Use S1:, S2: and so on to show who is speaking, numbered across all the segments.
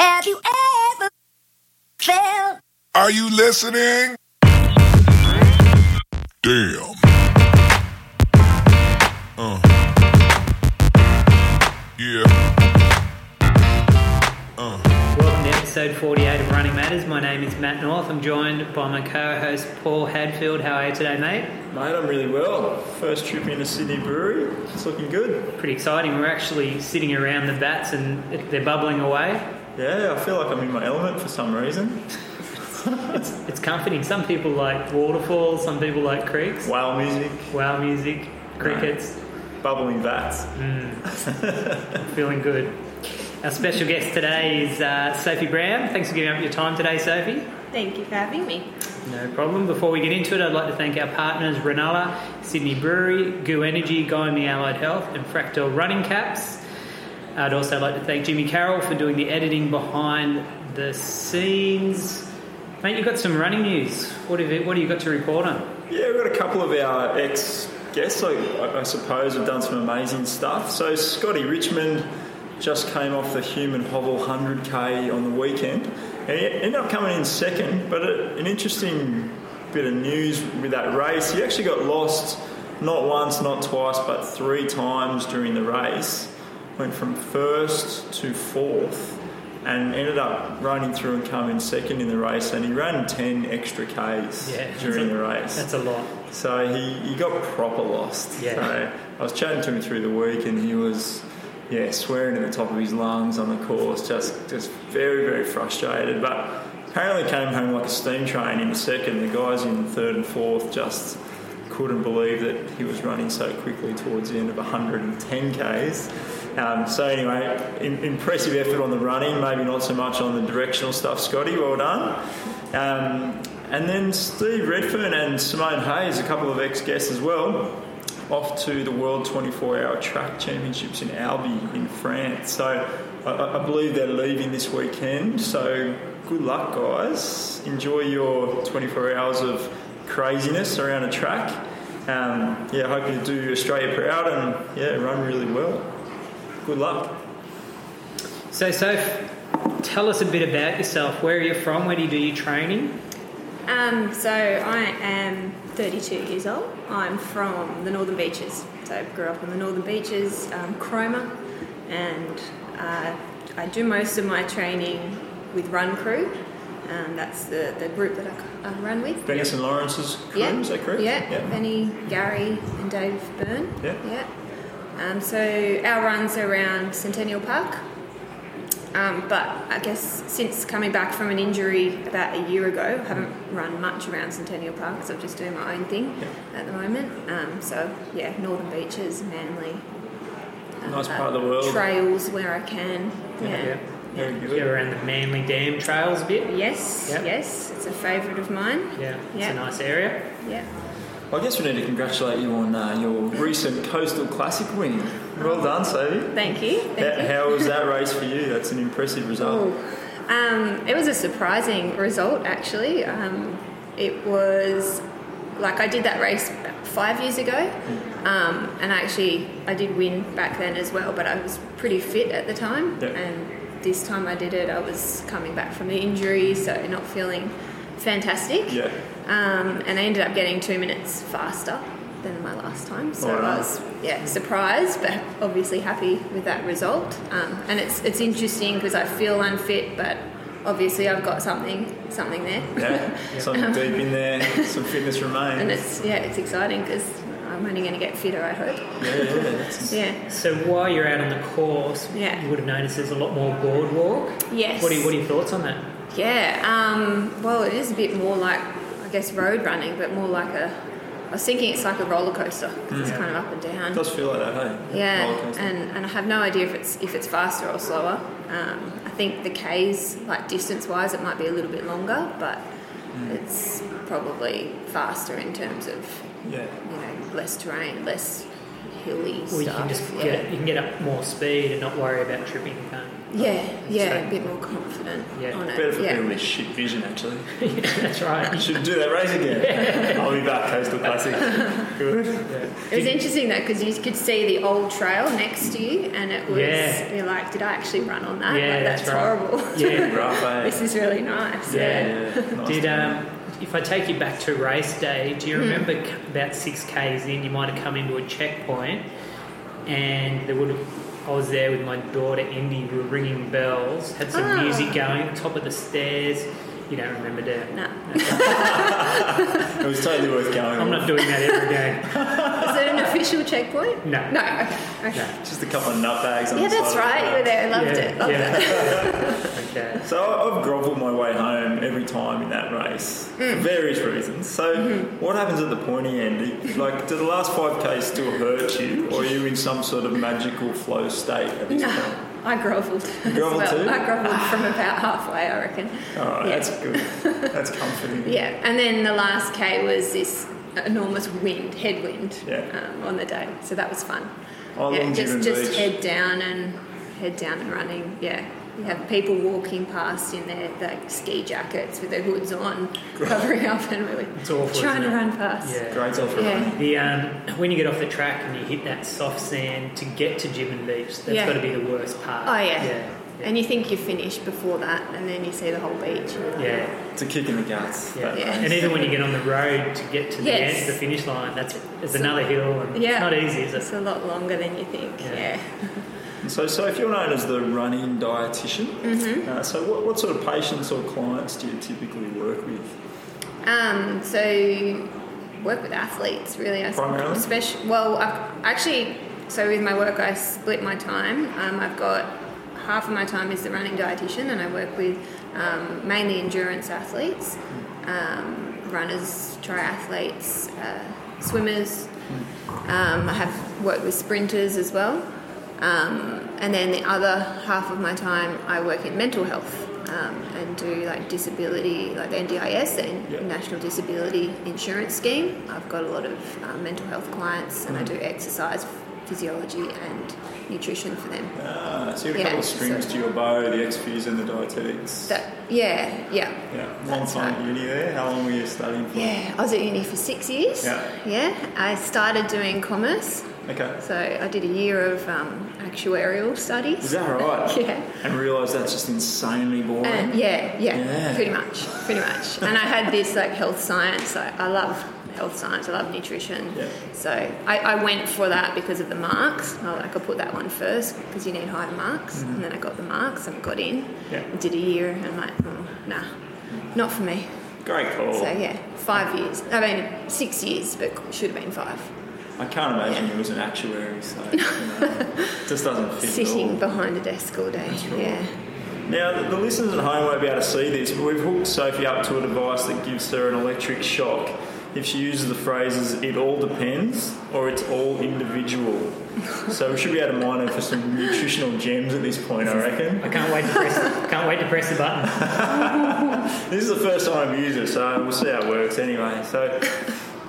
S1: Have you ever felt?
S2: Are you listening? Damn. Uh. Yeah. Uh.
S3: Welcome to episode 48 of Running Matters. My name is Matt North. I'm joined by my co host Paul Hadfield. How are you today, mate?
S4: Mate, I'm really well. First trip in a Sydney brewery. It's looking good.
S3: Pretty exciting. We're actually sitting around the bats and it- they're bubbling away.
S4: Yeah, I feel like I'm in my element for some reason.
S3: It's comforting. Some people like waterfalls, some people like creeks.
S4: Whale music,
S3: Wow music, crickets,
S4: bubbling vats.
S3: feeling good. Our special guest today is uh, Sophie Brown. Thanks for giving up your time today, Sophie.
S5: Thank you for having me.
S3: No problem. Before we get into it, I'd like to thank our partners Renala, Sydney Brewery, Goo Energy, Guymy Allied Health, and Fractal Running Caps. I'd also like to thank Jimmy Carroll for doing the editing behind the scenes. Mate, you've got some running news. What have you, what have you got to report on?
S4: Yeah, we've got a couple of our ex guests, I, I suppose, have done some amazing stuff. So, Scotty Richmond just came off the Human Hovel 100k on the weekend and he ended up coming in second. But a, an interesting bit of news with that race, he actually got lost not once, not twice, but three times during the race. Went from first to fourth and ended up running through and coming second in the race. And he ran 10 extra Ks
S3: Yeah.
S4: during the race.
S3: That's a lot.
S4: So he, he got proper lost.
S3: Yeah.
S4: So I was chatting to him through the week and he was, yeah, swearing at the top of his lungs on the course, just, just very, very frustrated. But apparently came home like a steam train in the second. The guys in third and fourth just couldn't believe that he was running so quickly towards the end of 110 Ks. Um, so anyway, im impressive effort on the running, maybe not so much on the directional stuff, Scotty. Well done. Um, and then Steve Redfern and Simone Hayes, a couple of ex guests as well, off to the World 24 Hour Track Championships in Albi in France. So I- I, I believe they're leaving this weekend. So good luck, guys. Enjoy your 24 hours of craziness around a track. Um, yeah, hope you do Australia proud and yeah, run really well. Good luck.
S3: So, Soph, tell us a bit about yourself. Where are you from? Where do you do your training?
S5: Um, so I am 32 years old. I'm from the Northern Beaches. So I grew up on the Northern Beaches, um, Cromer, and uh, I do most of my training with Run Crew. Um, that's the, the group that I, I run with.
S4: Venice and Lawrence's crew,
S5: Yeah.
S4: is that correct?
S5: Yeah. Benny, Gary, and Dave Byrne.
S4: Yeah.
S5: Um, so our runs are around Centennial Park. Um, but I guess since coming back from an injury about a year ago, I haven't run much around Centennial Park because I'm just doing my own thing at the moment. Um, so yeah, Northern Beaches, Manly. um,
S4: Nice
S5: uh,
S4: part of the world.
S5: Trails where I can. Yeah.
S3: Yeah.
S4: Very
S3: You go
S4: good.
S3: around the Manly Dam trails a bit?
S5: Yes,
S3: Yep.
S5: yes, it's a favourite of mine.
S3: Yeah, it's
S5: Yeah.
S3: a nice area.
S5: Yeah.
S4: Well, I guess we need to congratulate you on uh, your recent Coastal Classic win. Well done, Sadie.
S5: Thank you. Thank
S4: How,
S5: you. Oh.
S4: how was that race for you? That's an impressive result.
S5: Um, it was a surprising result, actually. Um, it was like I did that race five years ago, um, and I actually I did win back then as well, but I was pretty fit at the time.
S4: Yeah.
S5: And this time I did it, I was coming back from the injury, so not feeling fantastic.
S4: Yeah.
S5: Um, and I ended up getting two minutes faster than my last time, so
S4: Alright.
S5: I was yeah surprised, but obviously happy with that result. Um, and it's it's interesting because I feel unfit, but obviously I've got something something there,
S4: Yeah, something deep in there, some fitness remains.
S5: and it's yeah it's exciting because I'm only going to get fitter, I hope.
S4: yeah, yeah, that's-
S5: Yeah.
S3: So while you're out on the course,
S5: Yeah.
S3: you would have noticed there's a lot more boardwalk.
S5: Yes.
S3: What are, what are your thoughts on that?
S5: Yeah, um, well, it is a bit more like, I guess, road running, but more like a. I was thinking it's like a roller coaster 'cause it's kind of up and
S4: it
S5: down.
S4: does feel like that, hey?
S5: Yeah,
S4: Roller coaster.
S5: and, and I have no idea if it's if it's faster or slower. Um, I think the K's, like distance wise, it might be a little bit longer, but
S4: Hmm.
S5: it's probably faster in terms of
S4: yeah.
S5: you know less terrain, less hilly
S3: Well, you
S5: stuff.
S3: can just
S5: yeah.
S3: get you can get up more speed and not worry about tripping. Can't you?
S5: Yeah,
S4: So-
S5: yeah, a bit more confident
S3: Yeah,
S5: on it.
S4: Better for
S5: yeah.
S4: people with shit vision, actually.
S3: That's right.
S4: Should do that race again. I'll be back, Coastal Classic. Good.
S5: It was interesting though because you could see the old trail next to you, and it was
S3: Yeah.
S5: you're like, did I actually run on that?
S3: Yeah,
S5: like,
S3: that's
S5: that's,
S3: right.
S5: horrible.
S3: Yeah.
S4: Rough, eh?
S5: this is really nice.
S3: Yeah.
S4: nice
S3: Did
S4: to know.
S3: um, if I take you back to race day, do
S5: Hmm.
S3: you remember c about six k's in, you might have come into a checkpoint, and there would have, I was there with my daughter Indy. We were ringing bells, had some
S5: Ah.
S3: music going, top of the stairs. You don't remember that?
S5: No.
S4: it was totally worth going.
S3: I'm not doing that every day.
S5: Is it an official checkpoint?
S3: No.
S5: No. Okay. okay.
S3: No.
S4: Just a couple of nut bags. On
S5: Yeah,
S4: the
S5: that's
S4: side of the
S5: right. You were
S4: road.
S5: there. I loved
S3: yeah,
S5: it. Loved
S3: yeah.
S5: it.
S3: okay.
S4: So I- I've grovelled my way home every time in that race
S5: Mm.
S4: for various reasons. So
S5: Mm-hmm.
S4: what happens at the pointy end? Like, do the last five k still hurt you, or are you in some sort of magical flow state at this point?
S5: No, I grovelled. as
S4: grovelled
S5: well.
S4: too?
S5: I grovelled from about halfway, I reckon.
S4: All
S3: Oh.
S4: right,
S5: yeah.
S4: that's good. That's comforting.
S5: Yeah, and then the last K was this enormous wind, headwind
S4: Yeah.
S5: um, on the day, so that was fun.
S4: Oh,
S5: yeah,
S4: Longitude
S5: just just
S4: Beach.
S5: head down and head down and running. Yeah, you have people walking past in their like, ski jackets with their hoods on, covering up, and really
S3: It's awful,
S5: trying
S3: isn't
S5: to
S3: it?
S5: run past.
S3: Yeah.
S4: Great offer.
S5: Yeah.
S4: running.
S3: The um, when you get off the track and you hit that soft sand to get to Gibbon Beach, that's
S5: Yeah.
S3: got to be the worst part.
S5: Oh yeah.
S3: yeah, yeah.
S5: and you think you're finished before that, and then you see the whole beach.
S3: yeah.
S4: It's a kick in the guts.
S3: Yeah.
S4: that
S5: Yeah.
S4: race.
S3: And even when you get on the road to get to the
S5: Yes.
S3: end, the finish line, that's it's
S5: So-
S3: another hill, and
S5: Yeah,
S3: it's not easy, is
S5: It's
S3: it?
S5: a lot longer than you think.
S3: Yeah.
S5: yeah.
S4: So, so if you're known as the running dietitian,
S5: Mm-hmm.
S4: uh, so what, what sort of patients or clients do you typically work with?
S5: Um, so work with athletes really. I
S4: Primarily?
S5: Especially, well, I've actually, so with my work, I split my time. Um, I've got half of my time is the running dietitian, and I work with um, mainly endurance athletes,
S3: Hmm.
S5: um, runners, triathletes, uh, swimmers. Um, I have worked with sprinters as well. Um, and then the other half of my time, I work in mental health um, and do like disability, like the NDIS, the
S4: Yeah.
S5: National Disability Insurance Scheme. I've got a lot of um, mental health clients, and I
S4: Mm-hmm.
S5: do exercise, physiology, and nutrition for them.
S4: Uh, so you have a
S5: Yeah,
S4: couple of strings
S5: so-
S4: to your bow, the XPs and the dietetics.
S5: That, yeah, yeah.
S4: yeah, long time at uni there. How long were you studying for?
S5: Yeah, I was at uni for six years.
S4: Yeah.
S5: Yeah, I started doing commerce.
S4: Okay.
S5: So I did a year of um, actuarial studies.
S4: Is that right?
S5: Yeah.
S4: And realise that's just insanely boring.
S5: And yeah, yeah,
S4: Yeah.
S5: pretty much, pretty much. and I had this like health science. I, I love health science. I love nutrition.
S4: Yeah.
S5: So I, I went for that because of the marks. I like I put that one first because you need higher marks. And then I got the marks and got in.
S4: Mm-hmm. Yeah.
S5: And did a year and I'm like, "Mm, nah, not for me.
S4: Great call.
S5: So yeah, five years. I mean, six years, but should have been five.
S4: I can't imagine you was an actuary, so you know, it just doesn't fit. at all.
S5: Sitting behind a desk all day. Yeah.
S4: Now, the, the listeners at home won't be able to see this, but we've hooked Sophie up to a device that gives her an electric shock if she uses the phrases "it all depends" or "it's all individual." so we should be able to mine her for some nutritional gems at this point, I reckon.
S3: I can't wait to press. can't wait to press the button.
S4: This is the first time I've used it, so we'll see how it works anyway. So,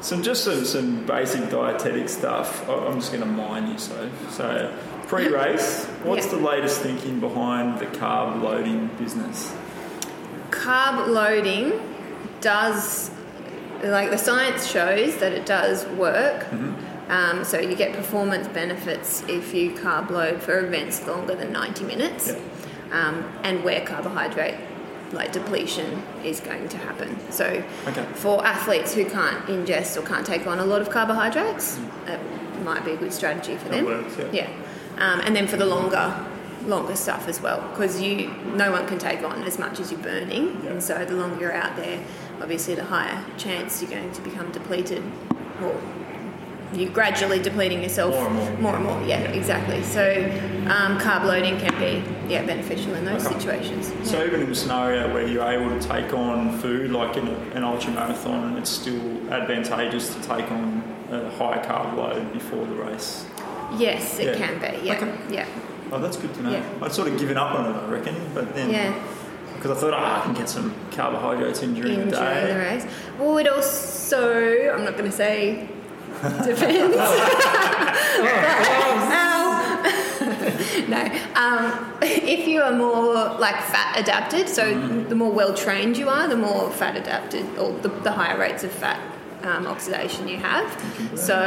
S4: some just some, some basic dietetic stuff. I- I'm just going to mine you, so so pre-race. What's the
S5: Yeah.
S4: latest thinking behind the carb loading business?
S5: carb loading does like the science shows that it does work um, so you get performance benefits if you carb load for events longer than 90 minutes
S4: Yeah.
S5: um, and where carbohydrate like depletion is going to happen so
S4: Okay.
S5: for athletes who can't ingest or can't take on a lot of carbohydrates that might be a good strategy for them
S4: Mm. works, yeah.
S5: yeah. Um, and then for the longer, longer stuff as well, because you no one can take on as much as you're burning,
S4: Yeah.
S5: and so the longer you're out there, obviously the higher chance you're going to become depleted, or you're gradually depleting yourself
S4: More and more.
S5: and more. Yeah, exactly. So um, carb loading can be yeah beneficial in those
S4: Okay.
S5: situations.
S4: So even in the scenario where you're able to take on food, like in an ultra marathon, it's still advantageous to take on a high carb load before the race.
S5: Yes, it
S4: Yeah.
S5: can be. Yeah,
S4: Okay.
S5: yeah,
S4: Oh, that's good to know.
S5: Yeah.
S4: I'd sort of given up on it, I reckon, but then
S5: yeah.
S4: because I thought, ah, I can get some carbohydrates in during
S5: in
S4: the
S5: during the
S4: day.
S5: race. Well, it also, I'm not going to say
S4: Oh,
S5: depends. But, um, no. Um, if you are more like fat adapted, so
S4: Mm-hmm.
S5: the more well trained you are, the more fat adapted, or the, the higher rates of fat um, oxidation you have. So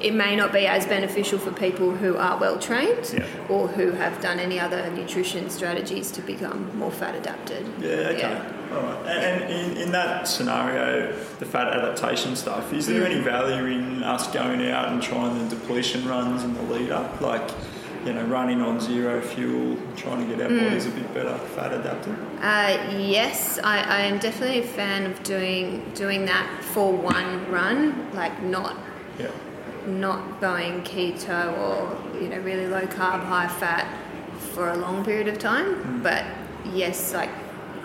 S5: it may not be as beneficial for people who are well trained
S4: Yeah.
S5: or who have done any other nutrition strategies to become more fat adapted.
S4: Yeah, okay. All right. And, and in, in that scenario, the fat adaptation stuff, is there any value in us going out and trying the depletion runs in the lead up? Like, you know, running on zero fuel, trying to get our
S5: Mm.
S4: bodies a bit better, fat adapted?
S5: Uh, yes, I, I am definitely a fan of doing doing that for one run, like not
S4: Yeah.
S5: not going keto or you know really low carb, high fat for a long period of time. But yes, like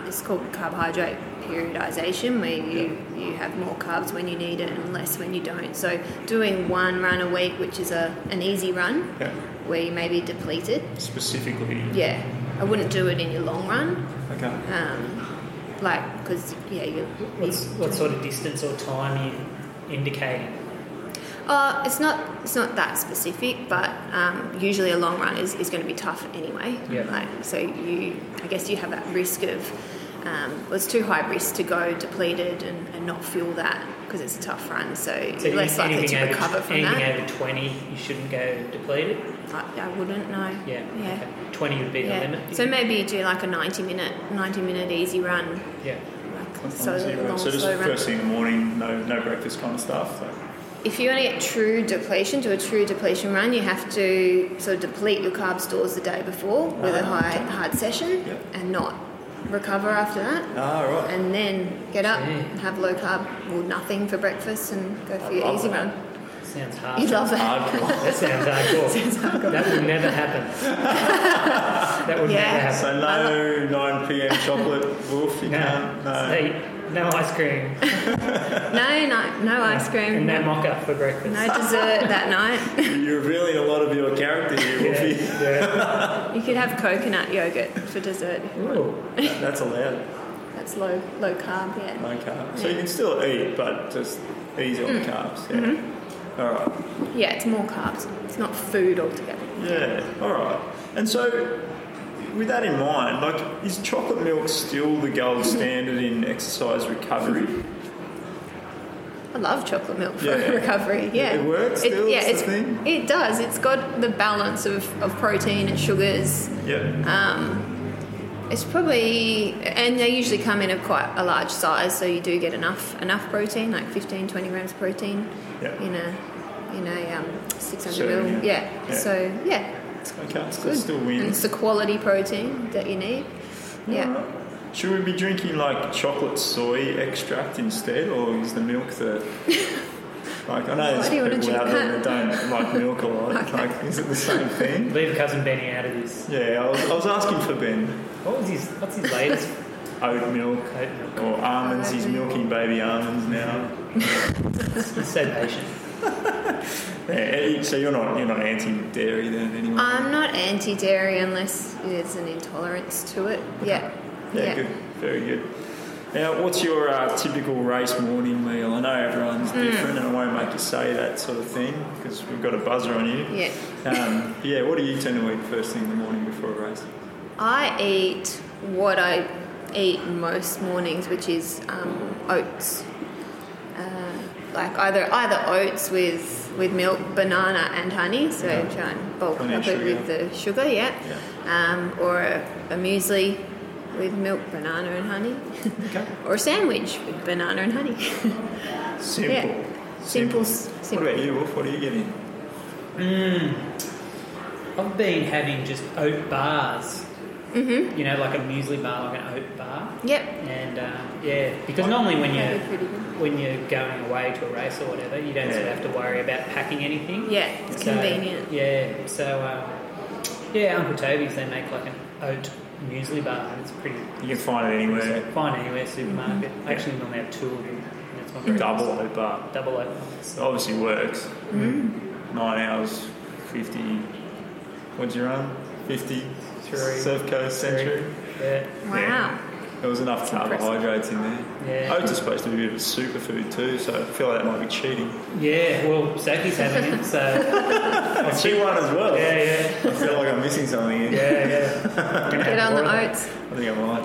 S5: it's called carbohydrate periodization, where you you have more carbs when you need it and less when you don't. So doing one run a week, which is a an easy run,
S4: Yeah.
S5: where you may be depleted.
S4: Specifically.
S5: Yeah, I wouldn't do it in your long run.
S4: Okay.
S5: Um, like, because, yeah, you.
S3: What's, what sort of distance or time are you indicating?
S5: Uh, it's not it's not that specific, but um, usually a long run is, is going to be tough anyway.
S3: Yeah.
S5: Like, so you, I guess you have that risk of, um, well, it's too high risk to go depleted and, and not fuel that because it's a tough run. So,
S3: So
S5: you're less likely to
S3: anything over-
S5: recover from
S3: anything
S5: that.
S3: over 20, you shouldn't go depleted?
S5: I, I wouldn't know.
S3: Yeah.
S5: Yeah.
S3: okay. 20 would be the limit.
S5: yeah. So maybe you do like a ninety minute ninety minute easy run.
S3: yeah.
S5: Like,
S4: On
S5: so,
S4: zero.
S5: long,
S4: so just
S5: slow run.
S4: first thing in the morning, no, no breakfast kind of stuff. So.
S5: If you want to get true depletion, do a true depletion run, you have to sort of deplete your carb stores the day before with a
S4: Ah,
S5: high
S4: okay.
S5: hard session
S4: Yep.
S5: and not recover after that.
S4: Ah, right.
S5: And then get up,
S3: Yeah.
S5: and have low carb or nothing for breakfast and go for your
S4: love
S5: easy
S4: that.
S5: run.
S3: Sounds hard.
S5: You'd love that.
S4: Hardcore.
S3: That sounds hardcore. That would never happen. that would
S5: Yeah.
S3: never happen.
S4: so no 9 p.m. chocolate, wolf, you
S3: no,
S4: can't. No.
S3: They- no ice cream.
S5: No, no, no ice cream,
S3: And no
S5: no,
S3: mocha for breakfast.
S5: no dessert that night.
S4: You're revealing a lot of your character here,
S3: Yeah,
S4: Wolfie.
S3: yeah.
S5: You could have coconut yogurt for dessert.
S3: Ooh.
S4: That's allowed.
S5: That's low low carb, yeah.
S4: No carbs. So you can still eat, but just ease on
S5: Mm.
S4: the carbs. Yeah.
S5: Mm-hmm.
S4: All right.
S5: Yeah, it's more carbs. It's not food altogether.
S4: Yeah. All right. And so, with that in mind, like, is chocolate milk still the gold
S5: Mm-hmm.
S4: standard in exercise recovery?
S5: I love chocolate milk for
S4: Yeah.
S5: recovery. Yeah,
S4: It works still, it's the
S5: it's,
S4: thing?
S5: it does. It's got the balance of, of protein and sugars.
S4: Yep.
S5: Uh, It's probably and they usually come in of quite a large size, so you do get enough enough protein, like 15, 20 grams protein
S4: Yeah.
S5: in a in a um, six hundred
S4: Serving,
S5: mil.
S4: yeah.
S5: Yeah.
S4: Yeah.
S5: so yeah, it's
S4: okay. So
S5: good.
S4: it still
S5: And
S4: wins.
S5: it's the quality protein that you need. Yeah.
S4: All right. Should we be drinking like chocolate soy extract instead, or is the milk the like? I know
S5: Why
S4: there's
S5: do you wanna
S4: people out
S5: drink
S4: there that don't like milk a lot.
S5: Okay.
S4: Like, is it the same thing?
S3: Leave cousin Benny out of this.
S4: Yeah, I was, I was asking for Ben
S3: What was his? What's his latest?
S4: oat milk
S3: coat milk?
S4: or almonds. He's milking baby almonds now.
S3: He's so patient.
S4: Yeah, eh, so you're not you're not anti dairy then anyway.
S5: I'm not anti dairy unless there's an intolerance to it. Yeah.
S4: yeah, good, very good. Now, what's your uh, typical race morning meal? I know everyone's
S5: Hmm.
S4: different, and I won't make you say that sort of thing because we've got a buzzer on you.
S5: Yeah.
S4: Um, yeah, what do you tend to eat first thing in the morning before a race?
S5: I eat what I eat most mornings, which is um, oats. Uh, like either either oats with, with milk, banana, and honey. So try and bulk
S4: Honey
S5: up
S4: and
S5: it with
S4: sugar.
S5: the sugar, yeah. Um, or a, a muesli with milk, banana, and honey.
S4: Okay.
S5: or a sandwich with banana and honey.
S4: Simple.
S5: Simple.
S4: What
S5: Simple.
S4: about you, Wolf? What are you getting?
S3: I've been having just oat bars. Mm-hmm. You know, like a muesli bar, like an oat bar.
S5: Yep.
S3: And um, yeah, because normally when
S5: That'd
S3: you
S5: be pretty good.
S3: when you're going away to a race or whatever, you don't sort
S4: Yeah.
S3: of have to worry about packing anything.
S5: Yeah, it's
S3: So,
S5: convenient.
S3: Yeah. So um, yeah, Uncle Toby's they make like an oat muesli bar, and it's pretty
S4: You can find it anywhere.
S3: fine anywhere supermarket. I actually normally have two of them. and it's not very
S4: Mm-hmm. Double
S3: nice.
S4: oat bar.
S3: Double oat. bars.
S4: It obviously works.
S3: Mm-hmm.
S4: Nine hours, 50. What'd you run? 50.
S3: Three.
S4: Surf Coast Century.
S3: Yeah.
S5: Wow.
S4: Yeah. There was enough carbohydrates in there.
S3: Yeah.
S4: Oats are supposed to be a bit of a superfood too, so I feel like that might be cheating.
S3: Yeah, well, Saki's having it, so
S4: I see one as well.
S3: yeah, yeah,
S4: I feel like I'm missing something. here.
S3: yeah, yeah. Gonna have
S5: Get on
S3: more
S5: the
S3: of that.
S5: oats.
S4: I think I might.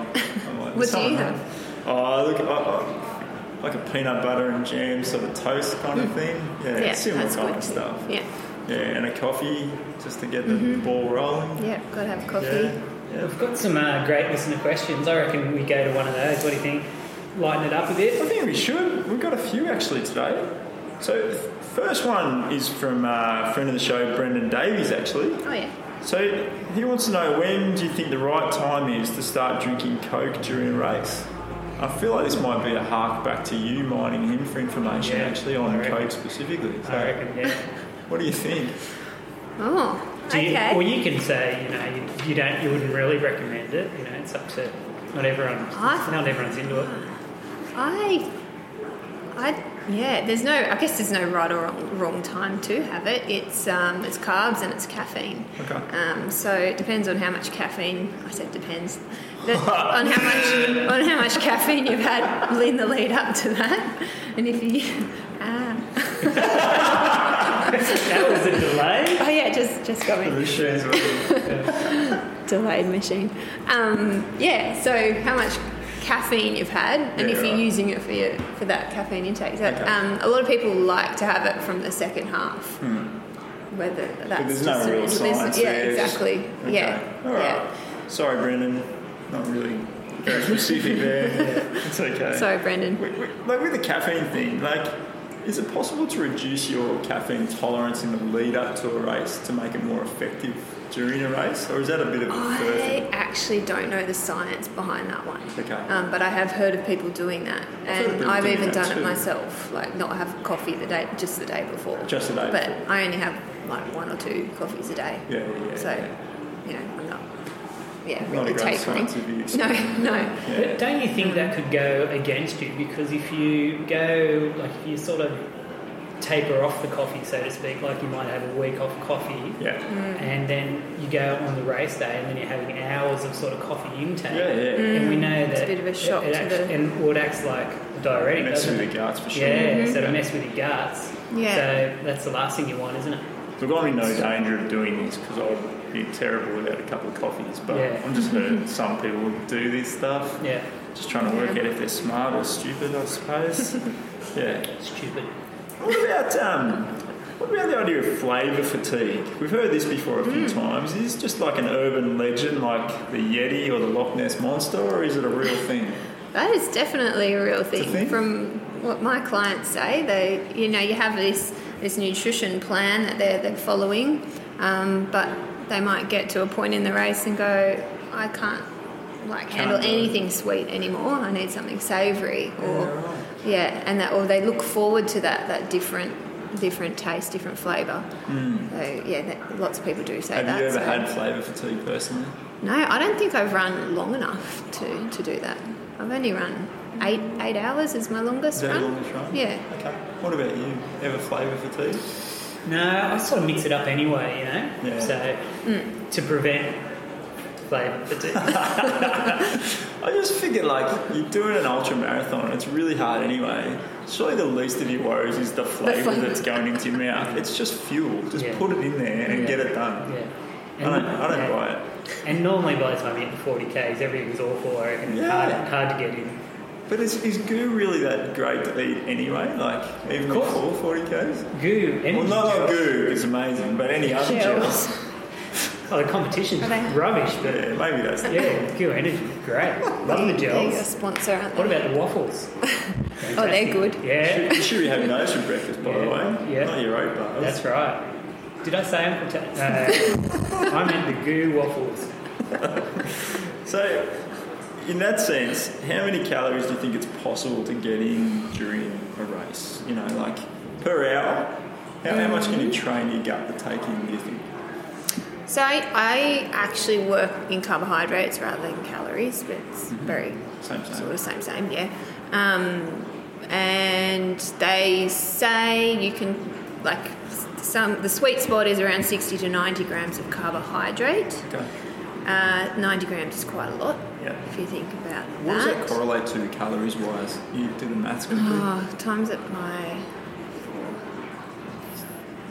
S4: I might.
S5: What do you
S4: Something
S5: have?
S4: like- Oh, look, I, I, like a peanut butter and jam sort of toast kind of thing. Yeah,
S5: Mm. Yeah,
S4: similar
S5: that's
S4: kind
S5: good
S4: of
S5: too.
S4: stuff.
S5: Yeah, Mm-hmm.
S4: Yeah, and a coffee just to get the ball rolling.
S5: yeah, gotta have coffee.
S4: Yeah. yeah.
S3: We've got some uh, great listener questions. I reckon we go to one of those. What do you think? Lighten it up a
S4: I
S3: bit.
S4: think we should. We've got a few actually today. So, th- first one is from uh, a friend of the show, Brendan Davies, actually.
S5: Oh yeah.
S4: So, he wants to know when do you think the right time is to start drinking Coke during a race? I feel like this might be a hark back to you mining him for information
S3: Yeah,
S4: actually
S3: I
S4: on
S3: reckon.
S4: Coke specifically.
S3: I
S4: So,
S3: reckon, yeah.
S4: what do you think?
S5: Oh,
S3: Do you,
S5: okay.
S3: Well, you can say you know you, you don't you wouldn't really recommend it. You know, it's up to not everyone.
S5: I-
S3: Not everyone's into it.
S5: I, I, yeah. There's no. I guess there's no right or wrong, wrong time to have it. It's um, it's carbs and it's caffeine.
S4: Okay.
S5: Um, so it depends on how much caffeine. I said depends. But on how much on how much caffeine you've had in the lead up to that, and if you. Ah.
S3: That was a delay.
S5: Oh yeah, just just got me. delayed machine. Um, yeah, so how much caffeine you've had, and
S4: Yeah,
S5: if you're
S4: right.
S5: using it for your, for that caffeine intake. So,
S4: Okay.
S5: um, a lot of people like to have it from the second half. Whether
S4: Hmm.
S5: that's
S4: there's
S5: just
S4: no
S5: an
S4: real
S5: individual-
S4: science
S5: Yeah,
S4: there, it's-
S5: exactly.
S4: Okay.
S5: Yeah,
S4: All right.
S5: yeah.
S4: Sorry, Brendan. Not really very specific there. Yeah, it's okay.
S5: Sorry, Brendan.
S4: Wi- wi- like with the caffeine thing, like, is it possible to reduce your caffeine tolerance in the lead up to a race to make it more effective during a race, or is that a bit of a fur thing?
S5: I actually don't know the science behind that one.
S4: Okay.
S5: Um, but I have heard of people doing that,
S4: heard of
S5: and
S4: people
S5: I've
S4: doing
S5: even
S4: that
S5: done it
S4: too.
S5: myself. Like not have coffee the day, just the day before.
S4: Just the day
S5: But
S4: before.
S5: I only have like one or two coffees a day.
S4: Yeah, yeah, yeah,
S5: So,
S4: yeah.
S5: you know, I'm not. Yeah,
S4: Not a
S5: really
S4: great
S5: tapering.
S4: scientific
S5: No, no.
S4: Yeah.
S3: But don't you think that could go against you? Because if you go like if you sort of taper off the coffee, so to speak, like you might have a week off coffee.
S4: Yeah.
S3: and then you go on the race day, and then you're having hours of sort of coffee intake.
S4: Yeah, yeah.
S3: And we know that
S5: Mm. a bit of a shock
S3: It, it
S5: to
S3: actu-
S5: the-
S3: and what acts like a diuretic,
S4: Mess
S3: doesn't
S4: with
S3: it?
S4: the guts for sure.
S3: Yeah, so to mess with your guts.
S5: Mm-hmm. Yeah.
S3: So that's the last thing you want, isn't it?
S4: Look, I'm in no danger of doing this because I would be terrible without a couple of coffees, but
S3: Yeah.
S4: I'm just heard some people do this stuff.
S3: Yeah.
S4: Just trying to work out if they're smart or stupid, I suppose. yeah.
S3: Stupid.
S4: What about um, what about the idea of flavour fatigue? We've heard this before a few
S3: Hmm.
S4: times. Is this just like an urban legend, like the Yeti or the Loch Ness monster, or is it a real thing?
S5: That is definitely a real thing.
S4: thing?
S5: From what my clients say, they you know you have this this nutrition plan that they're they're following, um, but they might get to a point in the race and go, I can't like handle
S4: do it."
S5: anything sweet anymore. I need something savoury, or yeah, and that or they look forward to that that different different taste, different flavour. So yeah, that, lots of people do say
S4: Hmm. Have
S5: that.
S4: you ever
S5: so-
S4: had flavour fatigue personally?
S5: no, I don't think I've run long enough to, to do that. I've only run eight eight hours is my longest
S4: Is that
S5: run.
S4: a longest run?
S5: Yeah.
S4: Okay. What about you? Ever flavour fatigue?
S3: No, I sort of mix it up anyway, you know?
S4: Yeah.
S3: So
S5: Mm.
S3: to prevent flavour fatigue.
S4: I just figured like you're doing an ultra marathon. It's really hard anyway. Surely the least of your worries is the flavour
S5: flavour.
S4: that's going into your mouth. It's just fuel. Just
S3: Yeah.
S4: put it in there and
S3: Yeah.
S4: get it done.
S3: yeah.
S4: I don't. I don't
S3: yeah.
S4: buy it.
S3: And normally by the time you hit the 40Ks, everything's awful, I reckon.
S4: Yeah.
S3: Hard, hard to get in.
S4: But is, is goo really that great to eat anyway? Like, even
S3: course.
S4: before 40Ks?
S3: Goo.
S4: Well,
S3: energy
S4: not like
S3: gel.
S4: goo is amazing, but any other gels.
S5: Gels.
S3: Oh, the competition's
S5: Are they-
S3: rubbish, but
S4: Yeah, maybe that's the
S3: Yeah, Goo Energy, great. Love the
S5: They're your
S3: gels.
S5: sponsor, aren't they?
S3: What about the waffles?
S5: Oh, they're good.
S3: Yeah,
S4: You should be having those for breakfast, by the
S3: Yeah,
S4: way.
S3: yeah.
S4: Not your oat bars.
S3: that's right. Did I say I'm from Ta- No, I meant the goo waffles.
S4: So, in that sense, how many calories do you think it's possible to get in during a race? You know, like per hour? How, how much can you
S3: Mm-hmm.
S4: train your gut to take in, do you think?
S5: So I, I actually work in carbohydrates rather than calories, but it's very
S4: Mm-hmm. Same, same.
S5: sort of same same, yeah. Um, and they say you can like s- some the sweet spot is around sixty to ninety grams of carbohydrate.
S4: Okay.
S5: Uh, ninety grams is quite a lot.
S4: Yeah. Yeah.
S5: if you think about that.
S4: What does that correlate to calories wise? You did the maths quickly.
S3: Ah.
S5: Oh, times it by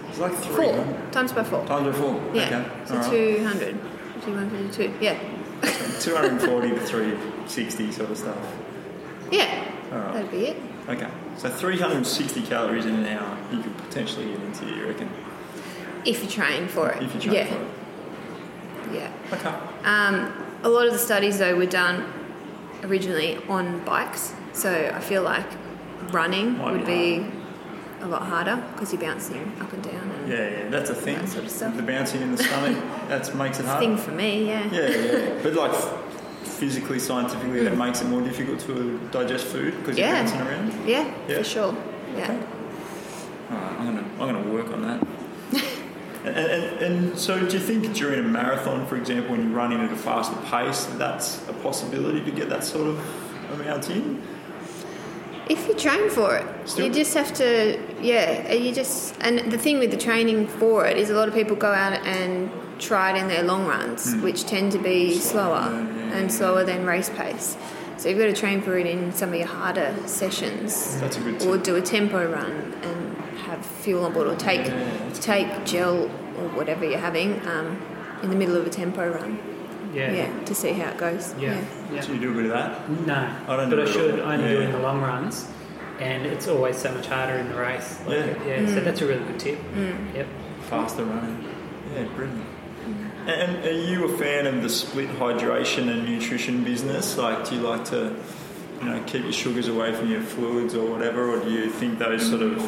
S4: It's like three.
S5: four. Times by four.
S4: Times by four.
S5: Yeah.
S4: Okay.
S5: So
S4: All right.
S5: 200. 252. Yeah.
S4: 240 to 360 sort of stuff.
S5: Yeah.
S4: Alright.
S5: That'd be it.
S4: Okay. So 360 calories in an hour you could potentially get into, you reckon?
S5: If you train for it.
S4: If you train
S5: yeah.
S4: for it.
S5: Yeah.
S4: Okay.
S5: Um, a lot of the studies, though, were done originally on bikes, so I feel like running
S4: Might
S5: would
S4: be
S5: be a lot harder because you're bouncing up and down. And
S4: Yeah, yeah, that's a thing.
S5: That sort of stuff.
S4: The bouncing in the stomach, that makes it
S5: It's a thing
S4: hard.
S5: for me, yeah.
S4: Yeah, yeah. But like physically, scientifically, that makes it more difficult to digest food because you're
S5: Hmm. Yeah.
S4: bouncing around.
S5: Yeah,
S4: Yeah.
S5: for sure. Yeah.
S4: Alright, I'm gonna I'm gonna work on that. and, and, and so, do you think during a marathon, for example, when you're running at a faster pace, that's a possibility to get that sort of amount in?
S5: If you train for it,
S4: Still-
S5: you just have to, yeah, you just, and the thing with the training for it is a lot of people go out and try it in their long runs, which tend to be
S4: Hmm. Slower,
S5: slower
S4: yeah,
S5: and
S4: yeah.
S5: slower than race pace. So you've got to train for it in some of your harder sessions.
S4: That's a good
S5: Or
S4: tip.
S5: do a tempo run and have fuel on board or take,
S4: Yeah, that's
S5: take gel or whatever you're having um, in the middle of a tempo run.
S3: Yeah.
S5: yeah to see how it goes.
S3: Yeah. Yeah.
S4: So you do a bit of that.
S3: No.
S4: I don't
S3: but
S4: do
S3: I
S4: it
S3: should.
S4: all.
S3: I only do it in
S4: Yeah.
S3: the long runs, and it's always so much harder in the race. Like,
S4: Yeah.
S3: So that's a really good tip. Yep.
S4: Faster running. Yeah, brilliant. And- And are you a fan of the split hydration and nutrition business? Like, do you like to, you know, keep your sugars away from your fluids or whatever, or do you think those sort of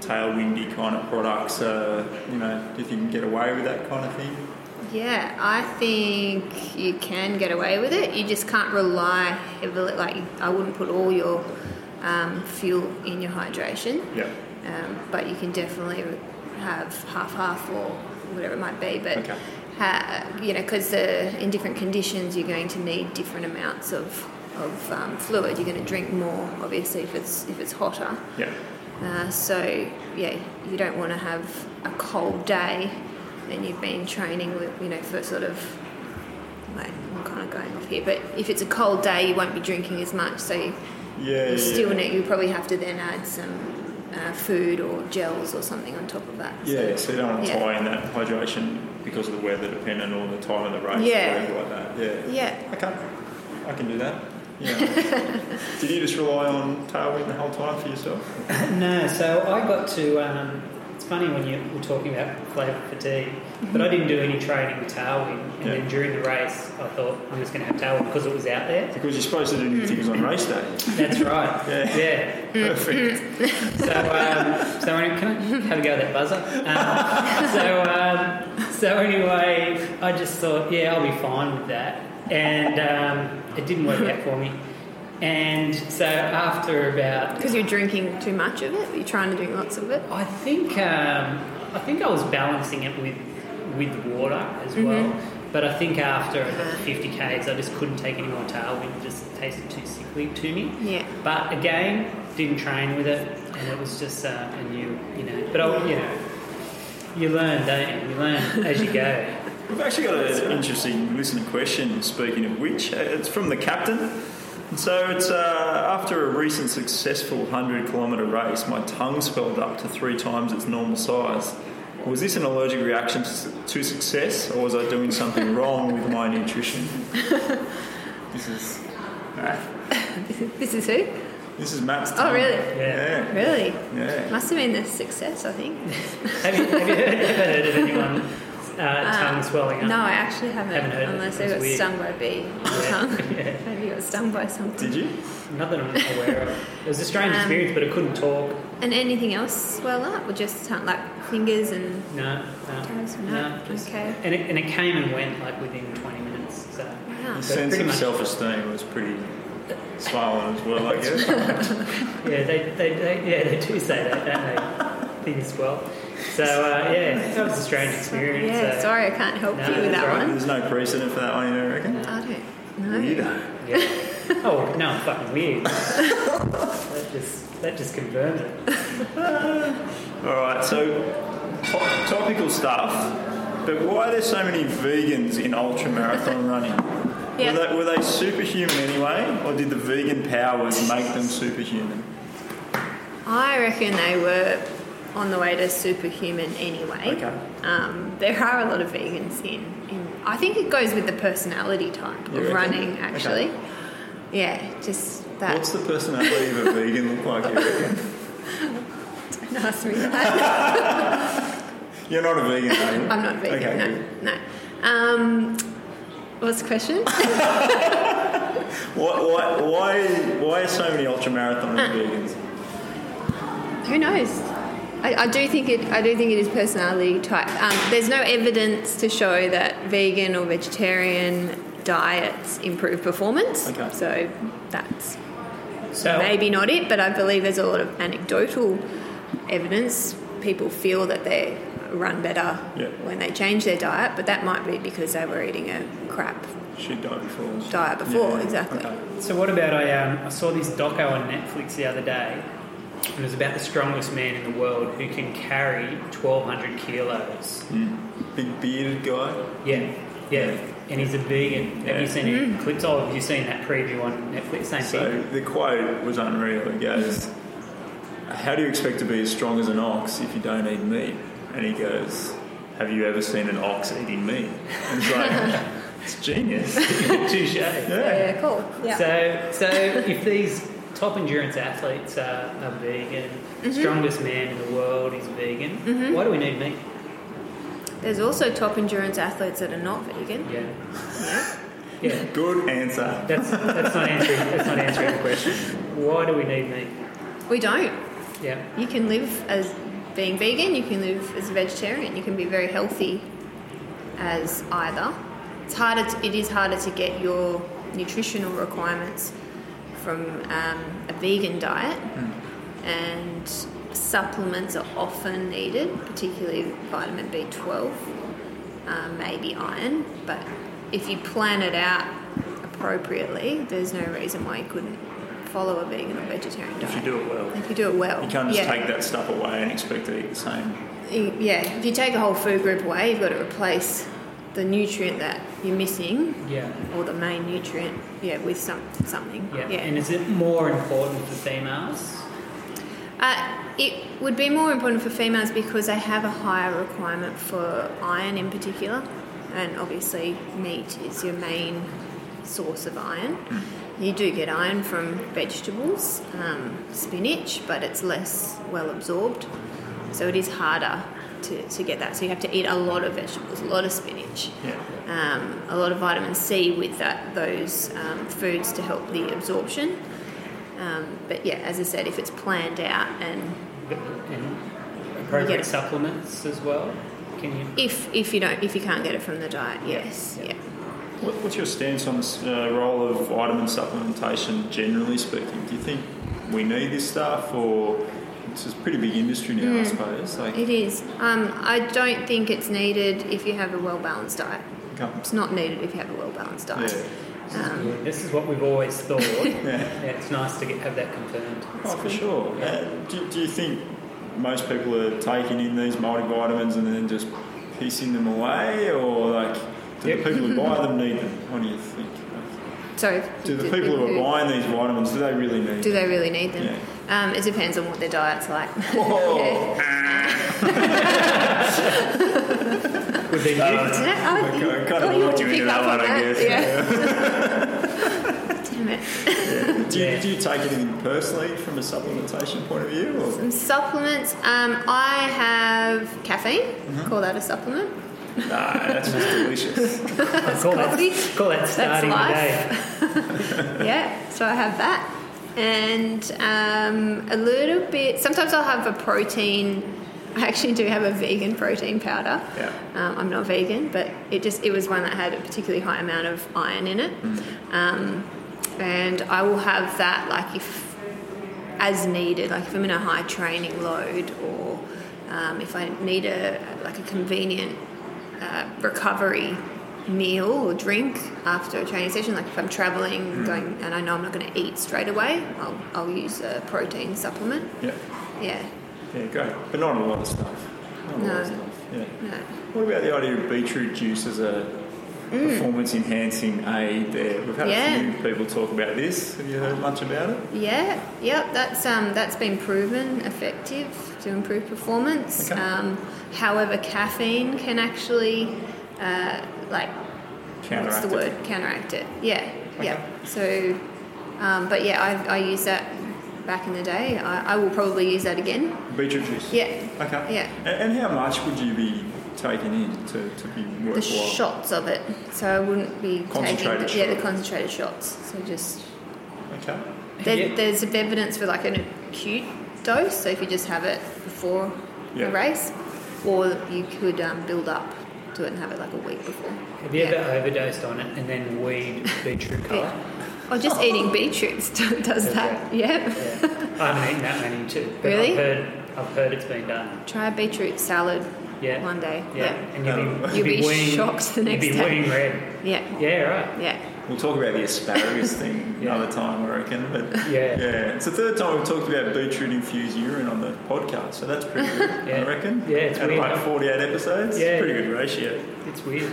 S4: tailwindy kind of products are, you know, do you think you can get away with that kind of thing?
S5: Yeah, I think you can get away with it. You just can't rely heavily. Like I wouldn't put all your um, fuel in your hydration,
S4: Yeah.
S5: um, but you can definitely have half half or whatever it might be. But
S4: Okay.
S5: ha- you know, because in different conditions you're going to need different amounts of of um, fluid. You're going to drink more, obviously, if it's if it's hotter.
S4: Yeah.
S5: Uh, so yeah, you don't want to have a cold day, and you've been training with you know for sort of like I'm kind of going off here, but if it's a cold day, you won't be drinking as much, so you,
S4: Yeah.
S5: you
S4: yeah.
S5: still need you probably have to then add some uh, food or gels or something on top of that.
S4: Yeah, so you don't want to
S5: Yeah.
S4: tie in that hydration because of the weather dependent or the time of the race
S5: Yeah.
S4: or whatever like that. Yeah.
S5: Yeah.
S4: Okay, I can do that. Yeah. Did you just rely on tailwind the whole time for yourself?
S3: No, so I got to. Um, it's funny when you were talking about flavour fatigue, but I didn't do any training with tailwind. And
S4: Yeah.
S3: then during the race, I thought I'm just going to have tailwind because it was out there.
S4: Because you're supposed to do new things on race day.
S3: That's right.
S4: Yeah.
S3: yeah.
S4: Perfect.
S3: So, um, so any- can I have a go at that buzzer? Um, so, um, so anyway, I just thought, yeah, I'll be fine with that, and um, it didn't work out for me. And so after about,
S5: Because you're drinking too much of it, you're trying to drink lots of it.
S3: I think um, I think I was balancing it with with water as well.
S5: Mm-hmm.
S3: But I think after about 50 k's, I just couldn't take any more tailwind. It just tasted too sickly to me.
S5: Yeah.
S3: But again, didn't train with it, and it was just uh, a new, you know. But I, you know, you learn, don't you? You learn as you go.
S4: We've actually got an interesting listener question, speaking of which, uh, it's from the captain. And So it's uh, after a recent successful 100 kilometre race, my tongue swelled up to three times its normal size. Was this an allergic reaction to su- to success, or was I doing something wrong with my nutrition? This is
S5: This is who?
S4: this is Matt's.
S5: Oh,
S4: Tongue.
S5: really?
S4: Yeah.
S5: Really?
S4: Yeah.
S5: Must have been a success, I think.
S3: Have you, have you heard, ever heard of anyone uh, tongue swelling up?
S5: No, I actually haven't,
S3: Haven't heard of it.
S5: unless I
S3: It's
S5: got
S3: weird.
S5: stung by a bee. Maybe got stung by something.
S4: Did you?
S3: Not that I'm aware of. It was a strange
S5: Um,
S3: experience, but I couldn't talk.
S5: And anything else swell up, or just tongue- like fingers and
S3: No, no,
S5: Toes were not?
S3: just-
S5: Okay.
S3: And it, and it came and went like within 20 minutes. So.
S5: wow.
S4: His
S3: But
S4: sense
S3: pretty
S4: of
S3: much-
S4: self-esteem was pretty swollen as well, I guess.
S3: Yeah, they, they, they, yeah, they do say that, don't they? Things well. So, uh, yeah, that was a strange experience.
S5: Yeah,
S3: so-
S5: sorry, I can't help
S3: No,
S5: you with
S3: that's
S5: that
S3: all right.
S5: one.
S4: There's no precedent for that one, you don't reckon?
S5: I don't know.
S4: Weirdo.
S3: Yeah. Oh, no, I'm fucking weird. that, just, that just confirmed it.
S4: All right, so to- topical stuff, but why are there so many vegans in ultra marathon running?
S5: Yeah.
S4: Were, they, were they superhuman anyway, or did the vegan powers make them superhuman?
S5: I reckon they were on the way to superhuman anyway.
S4: Okay.
S5: Um, there are a lot of vegans in, in. I think it goes with the personality type
S4: You
S5: of
S4: reckon?
S5: running,
S4: Okay.
S5: actually. Yeah, just that.
S4: What's the personality of a vegan look like? You reckon?
S5: Don't ask me that.
S4: You're not a vegan, are you?
S5: I'm not vegan.
S4: Okay, good.
S5: no, no. Um, what's the question?
S4: Why, why, why, why are so many ultra marathoners
S5: Uh.
S4: vegans?
S5: Who knows? I, I do think it. I do think it is personality type. Um, there's no evidence to show that vegan or vegetarian diets improve performance.
S4: Okay. Oh.
S5: So that's
S3: So
S5: maybe not it, but I believe there's a lot of anecdotal evidence. People feel that they run better
S4: Yeah.
S5: when they change their diet, but that might be because they were eating a crap
S4: She died before.
S5: diet before.
S4: Yeah,
S5: Exactly.
S4: okay.
S3: So what about I? Um, I saw this doco on Netflix the other day, and it was about the strongest man in the world who can carry twelve hundred kilos.
S4: Hmm. Big bearded guy.
S3: Yeah, yeah, and he's a vegan. Have
S4: Yeah.
S3: you seen any clips? Oh, have you seen that preview on Netflix? Same thing.
S4: So the quote was unreal. He goes, How do you expect to be as strong as an ox if you don't eat meat? And he goes, Have you ever seen an ox eating meat? And it's like, It's genius.
S3: Touche.
S4: Yeah.
S5: cool.
S3: So, so if these top endurance athletes are, are vegan, strongest man in the world is vegan. Why do we need meat?
S5: There's also top endurance athletes that are not vegan.
S3: Yeah, yeah.
S4: Good answer.
S3: That's that's not answering. That's not answering the question. Why do we need meat?
S5: We don't.
S3: Yeah.
S5: You can live as being vegan, you can live as a vegetarian, you can be very healthy as either. It's harder to, it is harder to get your nutritional requirements from um, a vegan diet
S4: Hmm.
S5: and supplements are often needed, particularly vitamin B12, um, maybe iron, but if you plan it out appropriately, there's no reason why you couldn't follow a vegan or vegetarian diet.
S4: If you do it well,
S5: If you do it well,
S4: you can't just
S5: yeah.
S4: take that stuff away and expect to eat the same.
S5: You- Yeah, if you take a whole food group away, you've got to replace the nutrient that you're missing,
S3: Yeah.
S5: or the main nutrient, yeah, with some something.
S3: Yeah. And is it more important for females?
S5: Uh, it would be more important for females because they have a higher requirement for iron in particular, and obviously meat is your main source of iron. You do get iron from vegetables, um, spinach, but it's less well absorbed, so it is harder to, to get that. So you have to eat a lot of vegetables, a lot of spinach
S4: Yeah.
S5: um, a lot of vitamin C with that those um, foods to help the absorption. Um, but yeah, as I said, if it's planned out and
S3: And appropriate
S5: Yeah.
S3: supplements as well? Can you?
S5: if if you don't if you can't get it from the diet, yes, yeah.
S4: What, what's your stance on the uh, role of vitamin supplementation, generally speaking? Do you think we need this stuff, or it's a pretty big industry now, I suppose? Like,
S5: Hmm. It is. Um, I don't think it's needed if you have a well balanced diet.
S4: okay.
S5: It's not needed if you have a well balanced
S4: yeah.
S5: diet.
S3: Um, This is what we've always thought. yeah.
S4: yeah.
S3: It's nice to get have that confirmed.
S4: Oh, for sure. Uh, do, do you think most people are taking in these multivitamins and then just piecing them away, or like, do
S3: Yep.
S4: the people who buy them need them? What do you think? Like,
S5: So
S4: do the people who are buying these vitamins do they really need?
S5: do
S4: them?
S5: they really need them? Um, it depends on what their diet's like.
S4: Whoa.
S5: Yeah.
S3: Would they use-
S5: Did I, I,
S4: Okay, I kind
S5: oh,
S4: of
S5: you
S4: lured you
S5: picked
S4: into that
S5: up on
S4: one, I guess.
S5: Yeah. Damn it.
S4: Do you,
S3: Yeah.
S4: do you take anything personally from a supplementation point of view? Or?
S5: Some supplements. Um, I have caffeine. Call that a supplement.
S4: Nah, that's just delicious.
S3: call,
S5: coffee.
S3: that, call that
S5: That's
S3: starting
S5: life.
S3: the day.
S5: Yeah. So I have that, and um, a little bit. Sometimes I'll have a protein. I actually do have a vegan protein powder.
S4: Yeah.
S5: Um, I'm not vegan, but it just it was one that had a particularly high amount of iron in it, um, and I will have that like if as needed. Like if I'm in a high training load, or um, if I need a like a convenient uh, recovery meal or drink after a training session. Like if I'm traveling, going, and I know I'm not going to eat straight away, I'll, I'll use a protein supplement.
S4: Yeah,
S5: Yeah,
S4: yeah, great. But not a lot of stuff. Not a lot
S5: No.
S4: of stuff. Yeah.
S5: no.
S4: What about the idea of beetroot juice as a
S3: Mm.
S4: performance enhancing aid there. We've had
S5: Yeah.
S4: a few people talk about this. Have you heard much about it?
S5: Yeah, yep, that's um, that's been proven effective to improve performance.
S4: Okay.
S5: Um, however, caffeine can actually, uh, like, what's
S4: Counteract
S5: the
S4: it.
S5: word? Counteract it. Yeah,
S4: Okay.
S5: yeah. So, um, but yeah, I, I use that back in the day. I, I will probably use that again.
S4: Beetroot juice.
S5: Yeah.
S4: Okay.
S5: Yeah.
S4: A- And, how much would you be taking in to, to be worthwhile?
S5: The shots of it. So I wouldn't be taking
S4: Concentrated
S5: the, yeah the
S4: shot.
S5: concentrated shots. So just
S4: Okay.
S5: There,
S3: Yeah.
S5: There's evidence for like an acute dose, so if you just have it before
S4: Yeah.
S5: the race, or you could um, build up to it and have it like a week before.
S3: Have you ever overdosed on it and then weed beetroot
S4: Oh.
S3: colour?
S5: Yeah. Or just eating beetroots do- does that. Yeah.
S3: Yeah. I haven't eaten that many too. But
S5: Really?
S3: I've heard, I've heard it's been done.
S5: Try a beetroot salad
S3: Yeah.
S5: one day.
S3: Yeah. And you'll be,
S5: You'll be
S3: weeing-
S5: shocked the next
S3: You'll be
S5: day.
S3: weeing red.
S5: Yeah. Yeah.
S3: Yeah, right.
S5: Yeah.
S4: We'll talk about the asparagus thing
S3: Yeah.
S4: another time, I reckon. But
S3: Yeah.
S4: yeah, it's the third time we've talked about beetroot infused urine on the podcast, so that's pretty good.
S3: Yeah.
S4: I reckon.
S3: Yeah, it's
S4: At
S3: weird,
S4: like
S3: huh?
S4: forty-eight episodes.
S3: Yeah,
S4: pretty
S3: yeah.
S4: good ratio.
S3: It's weird.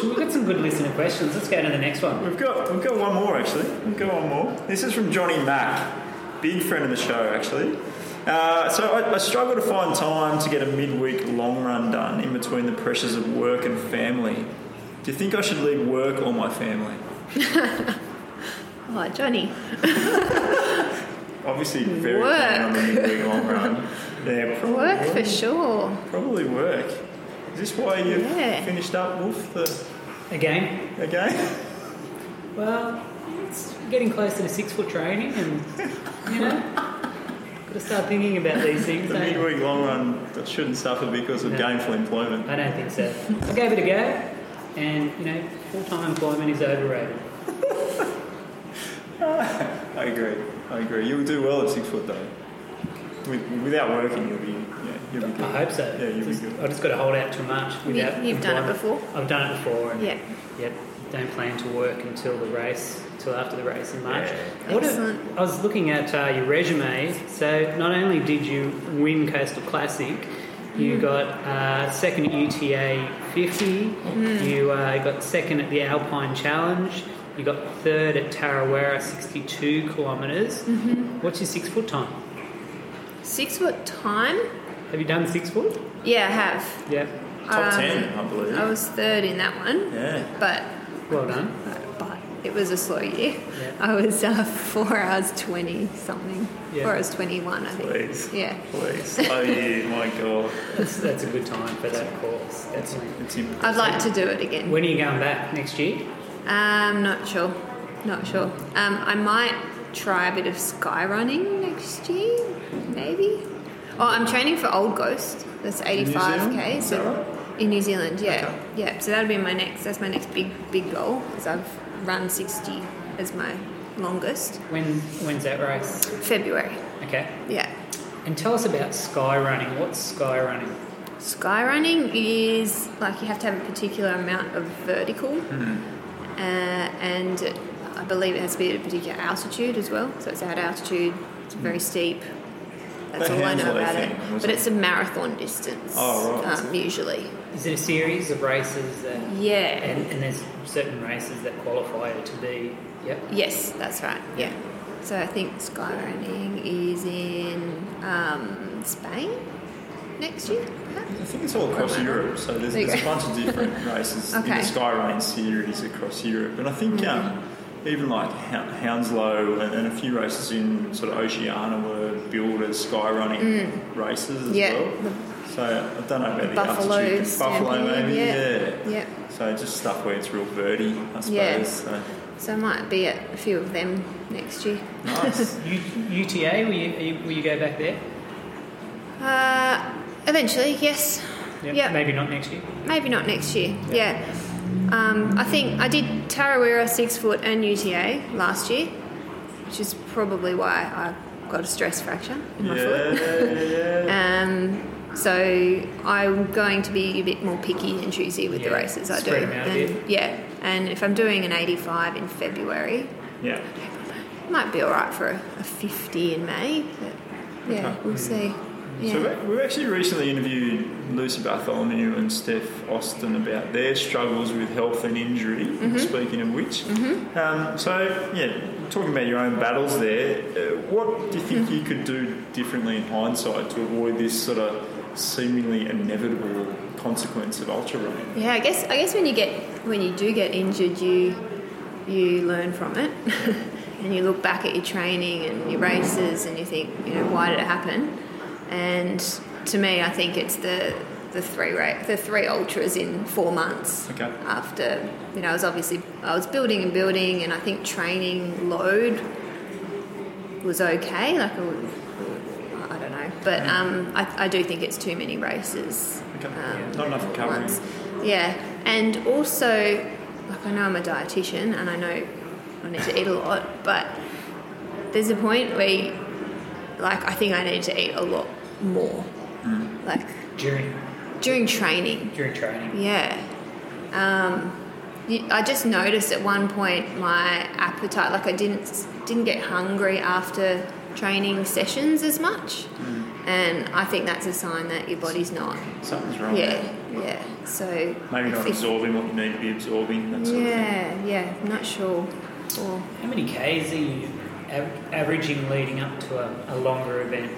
S3: so we've got some good listener questions. Let's go to the next one.
S4: We've got we've got one more actually. We've got one more. This is from Johnny Mack, big friend of the show actually. Uh, so I, I struggle to find time to get a midweek long run done in between the pressures of work and family. Do you think I should leave work or my family?
S5: Oh, Johnny.
S4: Obviously, very
S5: Work.
S4: keen on the midweek long run. Yeah, probably
S5: Work for sure.
S4: Probably work. Is this why you
S5: Yeah.
S4: finished up Wolf the
S3: Again.
S4: again?
S3: Well, it's getting close to the six foot training and, you know, got to start thinking about these things. eh?
S4: The
S3: don't you?
S4: midweek long run that shouldn't suffer because of
S3: No.
S4: gainful employment.
S3: I don't think so. I gave it a go, and you know, full-time employment is overrated.
S4: I agree. I agree. You'll do well at six foot though. With, without working, you'll be yeah, you'll be
S3: I
S4: good.
S3: hope so.
S4: Yeah, you'll be
S3: Just-
S4: good.
S5: um,
S3: I just got to hold out till March without.
S5: you've done it
S3: employment. I've done it before. And
S5: Yeah.
S3: Yep. Don't plan to work until the race, till after the race in March.
S4: Yeah.
S3: What a-
S5: Excellent.
S3: I was looking at uh, your resume. So not only did you win Coastal Classic,
S5: Mm.
S3: you got uh, second at UTA 50.
S5: Mm.
S3: You uh, got second at the Alpine Challenge. You got third at Tarawera 62 kilometers
S5: Mm-hmm.
S3: What's your six foot time?
S5: Six foot time?
S3: Have you done six foot?
S5: Yeah, I have.
S3: Yeah.
S4: Top
S5: Um,
S4: ten, I believe.
S5: I was third in that one,
S4: yeah.
S5: but
S3: Well done.
S5: but it was a slow year.
S3: Yeah.
S5: I was uh, four hours twenty something.
S3: Yeah.
S5: Four hours twenty one, I think.
S4: Please.
S5: Yeah.
S4: Please. Oh yeah, my god.
S3: That's, that's a good time for that course. That's
S4: It's impressive.
S5: I'd like to do it again.
S3: when are you going back next year?
S5: Um, not sure. Not sure. Um, I might try a bit of sky running next year, maybe. Oh, I'm training for Old Ghost. That's eighty five k.
S4: Zealand? Is that right?
S5: So in New Zealand, yeah, yeah. So that'll be my next. That's my next big big goal because I've run sixty as my longest.
S3: When when's that race?
S5: February.
S3: Okay.
S5: Yeah.
S3: And tell us about sky running. What's sky running?
S5: Skyrunning is like you have to have a particular amount of vertical,
S4: Hmm.
S5: uh, and I believe it has to be at a particular altitude as well. So it's at altitude, it's very steep. That's
S4: That
S5: all I know
S4: Hounslow
S5: about
S4: Hmm. thing,
S5: it.
S4: was
S5: But
S4: it?
S5: it's a marathon distance,
S4: Oh, right.
S5: um, usually.
S3: Is it a series of races that
S5: Yeah.
S3: and, and there's certain races that qualify it to be yep.
S5: Yes, that's right. Yeah. So I think skyrunning is in um, Spain next year, perhaps.
S4: I think it's all across Europe, so there's,
S5: There you
S4: there's a
S5: go.
S4: bunch of different races in
S5: Okay. Mm-hmm.
S4: the sky running series across Europe, and I think um, even like Hou- Hounslow and, and a few races in sort of Oceania were billed as sky running races as
S5: Mm. Yeah.
S4: well. So I don't know about the
S5: Buffalo
S4: altitude. Buffalo,
S5: Stampede,
S4: maybe,
S5: yeah.
S4: yeah.
S5: Yeah.
S4: So just stuff where it's real verdy, I suppose.
S5: Yeah.
S4: So
S5: So I might be at a few of them next year.
S4: nice.
S3: U- UTA, will you, are you will you go back there?
S5: Uh, eventually, yes. Yeah.
S3: Maybe not next year.
S5: Maybe not next year. Yeah. Um, I think I did Tarawera six foot and UTA last year, which is probably why I got a stress fracture in my foot.
S4: yeah, yeah.
S5: Um, so I'm going to be a bit more picky and choosy with the
S3: Yeah,
S5: races I
S3: spread
S5: do.
S3: 'em out a
S5: And-
S3: bit.
S5: yeah, and if I'm doing an 85 in February,
S4: yeah.
S5: might be all right for a, a 50 in May. But yeah, we'll see. Yeah.
S4: So we- we actually recently interviewed Lucy Bartholomew and Steph Austin about their struggles with health and injury.
S5: Mm-hmm.
S4: Speaking of which, um, so yeah, talking about your own battles there, uh, what do you think
S5: Mm-hmm.
S4: you could do differently in hindsight to avoid this sort of seemingly inevitable consequence of ultra running?
S5: Yeah, I guess I guess when you get when you do get injured, you you learn from it, and you look back at your training and your races, and you think, you know, why did it happen? And to me, I think it's the the three ra- the three ultras in four months.
S4: Okay.
S5: After you know, I was obviously I was building and building, and I think training load was okay. Like I w- I don't know, but um, I, I do think it's too many races
S4: Okay.
S5: Um,
S4: Not enough recovery.
S5: once. Yeah, and also, like I know I'm a dietitian and I know I need to eat a lot, but there's a point where, you- like, I think I need to eat a lot more, like
S3: During
S5: during training.
S3: during training.
S5: Yeah. Um, you, I just noticed at one point my appetite, like I didn't didn't get hungry after training sessions as much, and I think that's a sign that your body's not.
S4: Something's wrong.
S5: Yeah, yeah. So
S4: Maybe
S5: I
S4: not
S5: think-
S4: absorbing what you need to be absorbing. That sort of thing.
S5: Yeah, yeah. Not sure. Or
S3: How many Ks are you av- averaging leading up to a, a longer event?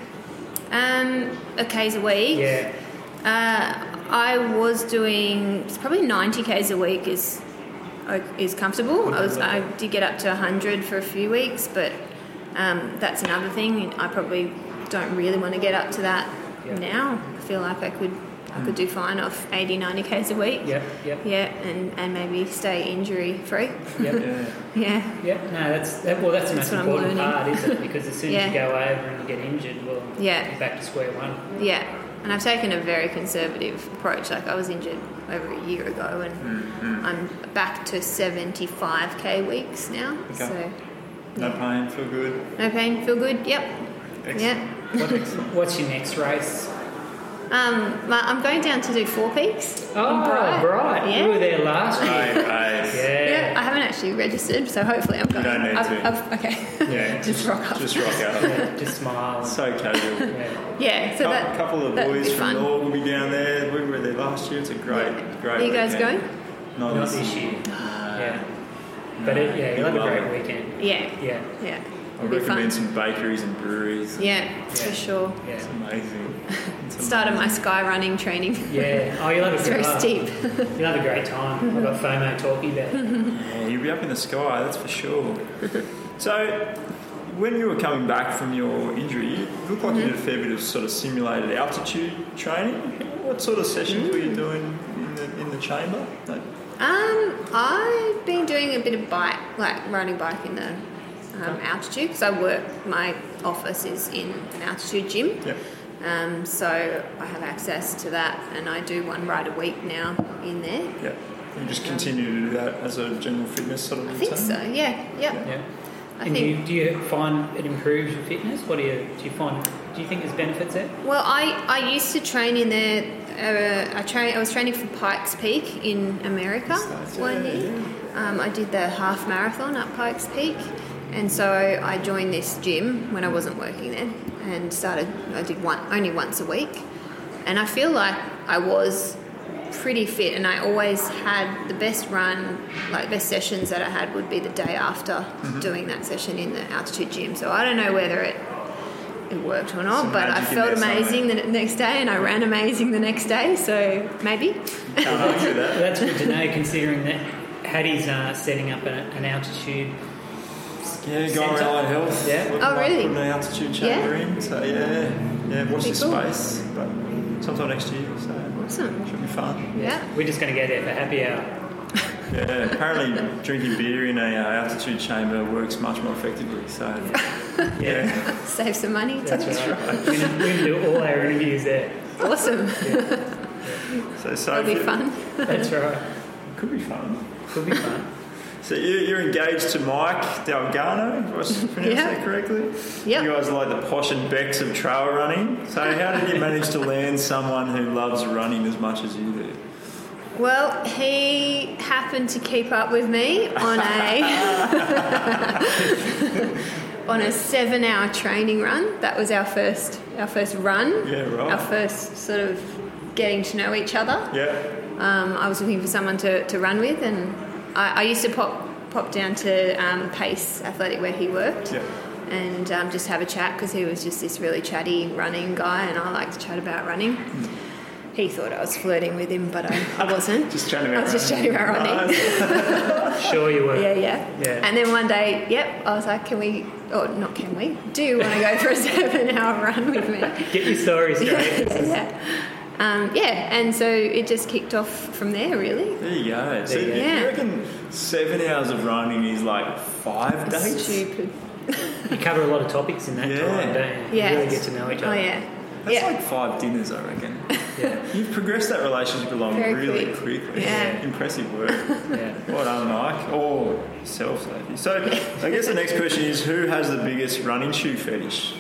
S5: um, a k's a week.
S3: Yeah.
S5: Uh, I was doing it's probably 90 k's a week is uh, is comfortable. I was I did get up to 100 for a few weeks, but um, that's another thing. I probably don't really want to get up to that
S3: Yeah. Mm.
S5: now. I feel like I could I could do fine off 80 90 k's a week.
S3: Yep. Yep.
S5: Yeah, and, and maybe stay injury free.
S3: Yep.
S4: Yeah.
S5: yeah,
S3: Yeah, no, that's that, well, that's the
S5: That's
S3: most
S5: what I'm
S3: important
S5: learning.
S3: part, isn't it? Because as soon as
S5: Yeah.
S3: you go over and you get injured, well,
S5: Yeah.
S3: you're back to square one.
S5: yeah. And I've taken a very conservative approach. Like I was injured over a year ago, and
S4: Mm,
S5: I'm back to 75k weeks now.
S4: Okay.
S5: So
S4: No pain, feel good.
S5: no pain, feel good. Yep. Yeah.
S3: What, what's your next race?
S5: Um, my- I'm going down to do four peaks. in
S3: Oh,
S5: Bryte.
S3: right.
S5: Yeah.
S3: You were there last year.
S4: Okay.
S5: Yeah,
S3: Yeah.
S5: I haven't actually registered, so hopefully I'm going.
S4: don't need
S5: I've,
S4: to.
S5: I've, okay.
S4: Yeah.
S5: just rock up.
S4: Just rock out.
S3: yeah. Just smile. and-
S4: so casual.
S3: yeah.
S5: yeah. So
S4: Cou-
S5: that
S4: couple of
S5: that'd be
S4: boys from
S5: fun.
S4: North will be down there. We were there last year. It's a great, great.
S5: Are you guys
S4: weekend.
S5: going?
S4: Not,
S3: Not
S4: oh, this
S3: this
S4: year.
S3: year. Yeah. But it, yeah, you'll have a
S4: Well.
S3: great weekend.
S5: Yeah.
S3: Yeah.
S5: Yeah.
S4: I
S5: It'll be fun.
S4: recommend some bakeries and breweries.
S5: Yeah, for
S3: Yeah.
S5: sure.
S4: It's
S3: Yeah.
S4: amazing. It's
S5: Started my sky running training.
S3: Yeah. Oh, you'll have a
S5: It's
S3: good
S5: very
S3: laugh.
S5: steep.
S3: You'll have a great time. I've got FOMO talking about it.
S4: amazing. Yeah, you'll be up in the sky, that's for sure. so, when you were coming back from your injury, you looked like
S5: Mm-hmm.
S4: you did a fair bit of sort of simulated altitude training. What sort of sessions were you
S5: Mm.
S4: doing in the, in the chamber? Like,
S5: Um, I've been doing a bit of bike, like riding bike in the um, altitude because I work. My office is in an altitude gym,
S4: yeah.
S5: um, so I have access to that, and I do one ride a week now in there.
S4: Yeah. You just continue to do that as a general fitness sort of
S5: Um, I think so.
S4: routine?
S5: Yeah, yeah.
S3: Yeah.
S5: I
S3: and
S5: think-
S3: do, you, do you find it improves your fitness? What do you do? You find do you think there's benefits there?
S5: Well, I, I used to train in there. Uh, I train. I was training for Pikes Peak in America
S4: Nice,
S5: one
S4: yeah,
S5: year. Um, I did the half marathon at Pikes Peak, and so I joined this gym when I wasn't working there, and started. I did one only once a week, and I feel like I was pretty fit, and I always had the best run, like best sessions that I had would be the day after doing that session in the altitude gym. So I don't know whether it it worked or not,
S4: Some
S5: but I
S4: magic in
S5: felt
S4: there
S5: amazing the next day and I ran amazing the next day, so maybe.
S4: Can't argue with that.
S3: That's good to know, considering that Hattie's uh, setting up an, an altitude.
S4: Yeah,
S3: Centre.
S4: Guy Allied Health.
S3: Yeah.
S4: Looking
S5: Oh,
S4: like
S5: really?
S4: Putting an altitude chamber
S5: Yeah.
S4: in. So, yeah. Yeah, watch
S5: Be
S4: this
S5: cool.
S4: space. But sometime next year, so.
S5: Awesome.
S4: Should be fun.
S5: Yeah.
S3: We're just going to go there for happy hour.
S4: Yeah, apparently drinking beer in a uh, altitude chamber works much more effectively. So, yeah.
S5: Save some money.
S3: That's, right. We're gonna- We're going to do all our interviews there.
S5: Awesome.
S4: So, so
S5: That'll be fun.
S3: That's right.
S4: Could be fun.
S3: Could be fun.
S4: So you, you're engaged to Mike Dalgano, if I s- pronounced
S5: Yeah.
S4: that correctly.
S5: Yep.
S4: You guys are like the posh and becks of trail running. So how did you manage to land someone who loves running as much as you do?
S5: Well, he happened to keep up with me on a on a seven-hour training run. That was our first, our first run.
S4: Yeah, right.
S5: Our first sort of getting to know each other.
S4: Yeah.
S5: Um, I was looking for someone to, to run with, and I, I used to pop pop down to um, Pace Athletic where he worked,
S4: Yeah.
S5: and um, just have a chat because he was just this really chatty running guy, and I like to chat about running.
S4: Hmm.
S5: He thought I was flirting with him, but I, I wasn't.
S4: Just chatting about
S5: I was just chatting about running.
S3: Sure you were.
S5: Yeah, yeah,
S3: Yeah.
S5: And then one day, yep, I was like, can we, or not can we, do you want to go for a seven hour run with me?
S3: Get your stories
S5: yeah,
S3: straight.
S5: yeah. Um, yeah, and so it just kicked off from there, really.
S4: There you go. So
S3: you
S4: you,
S3: go.
S5: Yeah.
S4: reckon seven hours of running is like five days?
S5: Stupid.
S3: You cover a lot of topics in that
S4: Yeah.
S3: time, don't you?
S5: Yeah.
S3: You really get to know each other.
S5: Oh, yeah.
S4: That's
S5: yeah.
S4: like five dinners, I reckon.
S3: Yeah.
S4: You've progressed that relationship along
S5: Very
S4: really
S5: quick.
S4: quickly.
S5: Yeah.
S4: Impressive work.
S3: yeah.
S4: Well done, Mike. Or yourself, Sophie. So I guess the next question is who has the biggest running shoe fetish?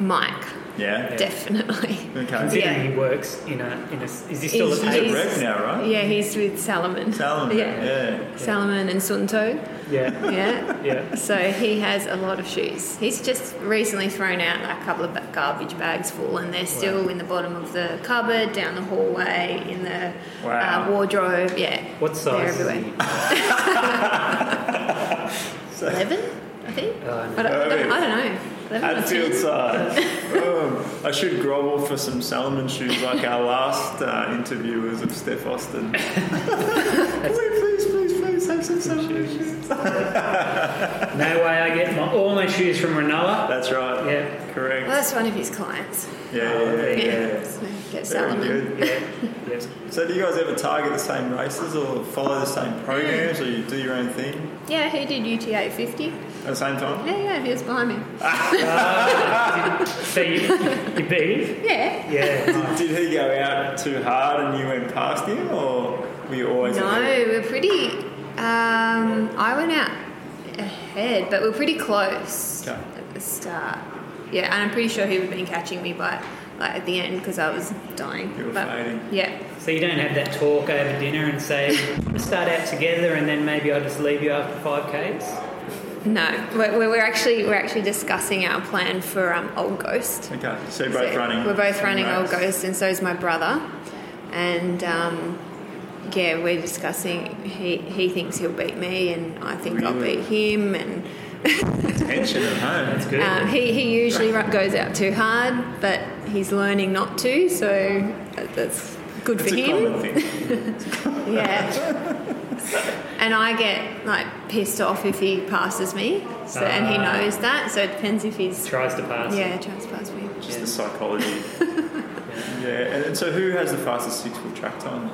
S5: Mike,
S4: Yeah.
S5: definitely.
S4: Okay.
S3: Considering
S5: Yeah.
S3: he works in a, in a is he still
S5: He's-
S3: a
S4: He's
S5: He's-
S4: a
S3: paid?
S4: rep now, right?
S5: Yeah, he's with Salomon.
S4: Salomon.
S5: Yeah.
S4: Yeah.
S5: Salomon and Sunto.
S3: Yeah,
S5: Yeah.
S3: yeah.
S5: So he has a lot of shoes. He's just recently thrown out a couple of ba- garbage bags full, and they're still in the bottom of the cupboard, down the hallway, in the
S4: Wow.
S5: uh, wardrobe. Yeah.
S3: What size
S5: They're
S3: is
S5: everywhere.
S3: he?
S5: Eleven, I think.
S3: Oh,
S5: I, don't, I, don't, I don't know. Eleven or
S4: Hatfield
S5: ten.
S4: side. oh, I should grovel for some Salomon shoes like our last uh, interviewers of Steph Austin. please, please, please, please have some Salomon shoes.
S3: No way! I get my, all my shoes from Renala.
S4: That's right.
S3: Yeah.
S5: Well,
S4: Correct.
S5: that's one of his clients.
S4: Yeah, yeah, yeah. yeah.
S5: So get
S4: Very
S5: Salomon.
S4: good.
S3: Yeah, yeah.
S4: So, do you guys ever target the same races or follow the same programs or you do your own thing
S5: Yeah, he did UT eight fifty.
S4: at the same time?
S5: Yeah, yeah, he was behind me.
S3: So you, you beat him?
S5: Yeah.
S3: Yeah.
S4: Did he go out too hard and you went past him or were you always
S5: No,
S4: ahead?
S5: we're pretty. Um, I went out ahead, but we're pretty close
S4: Okay.
S5: at the start. Yeah, and I'm pretty sure he would have been catching me by like at the end because I was dying.
S4: You were
S5: but,
S4: fading.
S5: Yeah.
S3: So you don't have that talk over dinner and say, "We'll start out together and then maybe I'll just leave you after five k's.
S5: No, we're, we're we're actually we're actually discussing our plan for um, Old Ghost.
S4: Okay, so you're both
S5: So
S4: running.
S5: We're both
S4: same
S5: running Old
S4: race.
S5: Ghost, and so is my brother. And um, yeah, we're discussing. He he thinks he'll beat me, and I think I'll
S4: Really?
S5: beat him, and.
S4: Tension at home.
S3: That's good.
S5: Um, he, he usually ru- goes out too hard, but he's learning not to, so that- that's good
S4: It's
S5: for
S4: a
S5: him.
S4: common thing.
S5: Yeah. and I get like pissed off if he passes me, so, and he
S3: Ah.
S5: knows that. So it depends if he's
S3: Tries to pass.
S5: yeah tries to pass me.
S4: Just the psychology. yeah, and, and so who has the fastest six foot track time?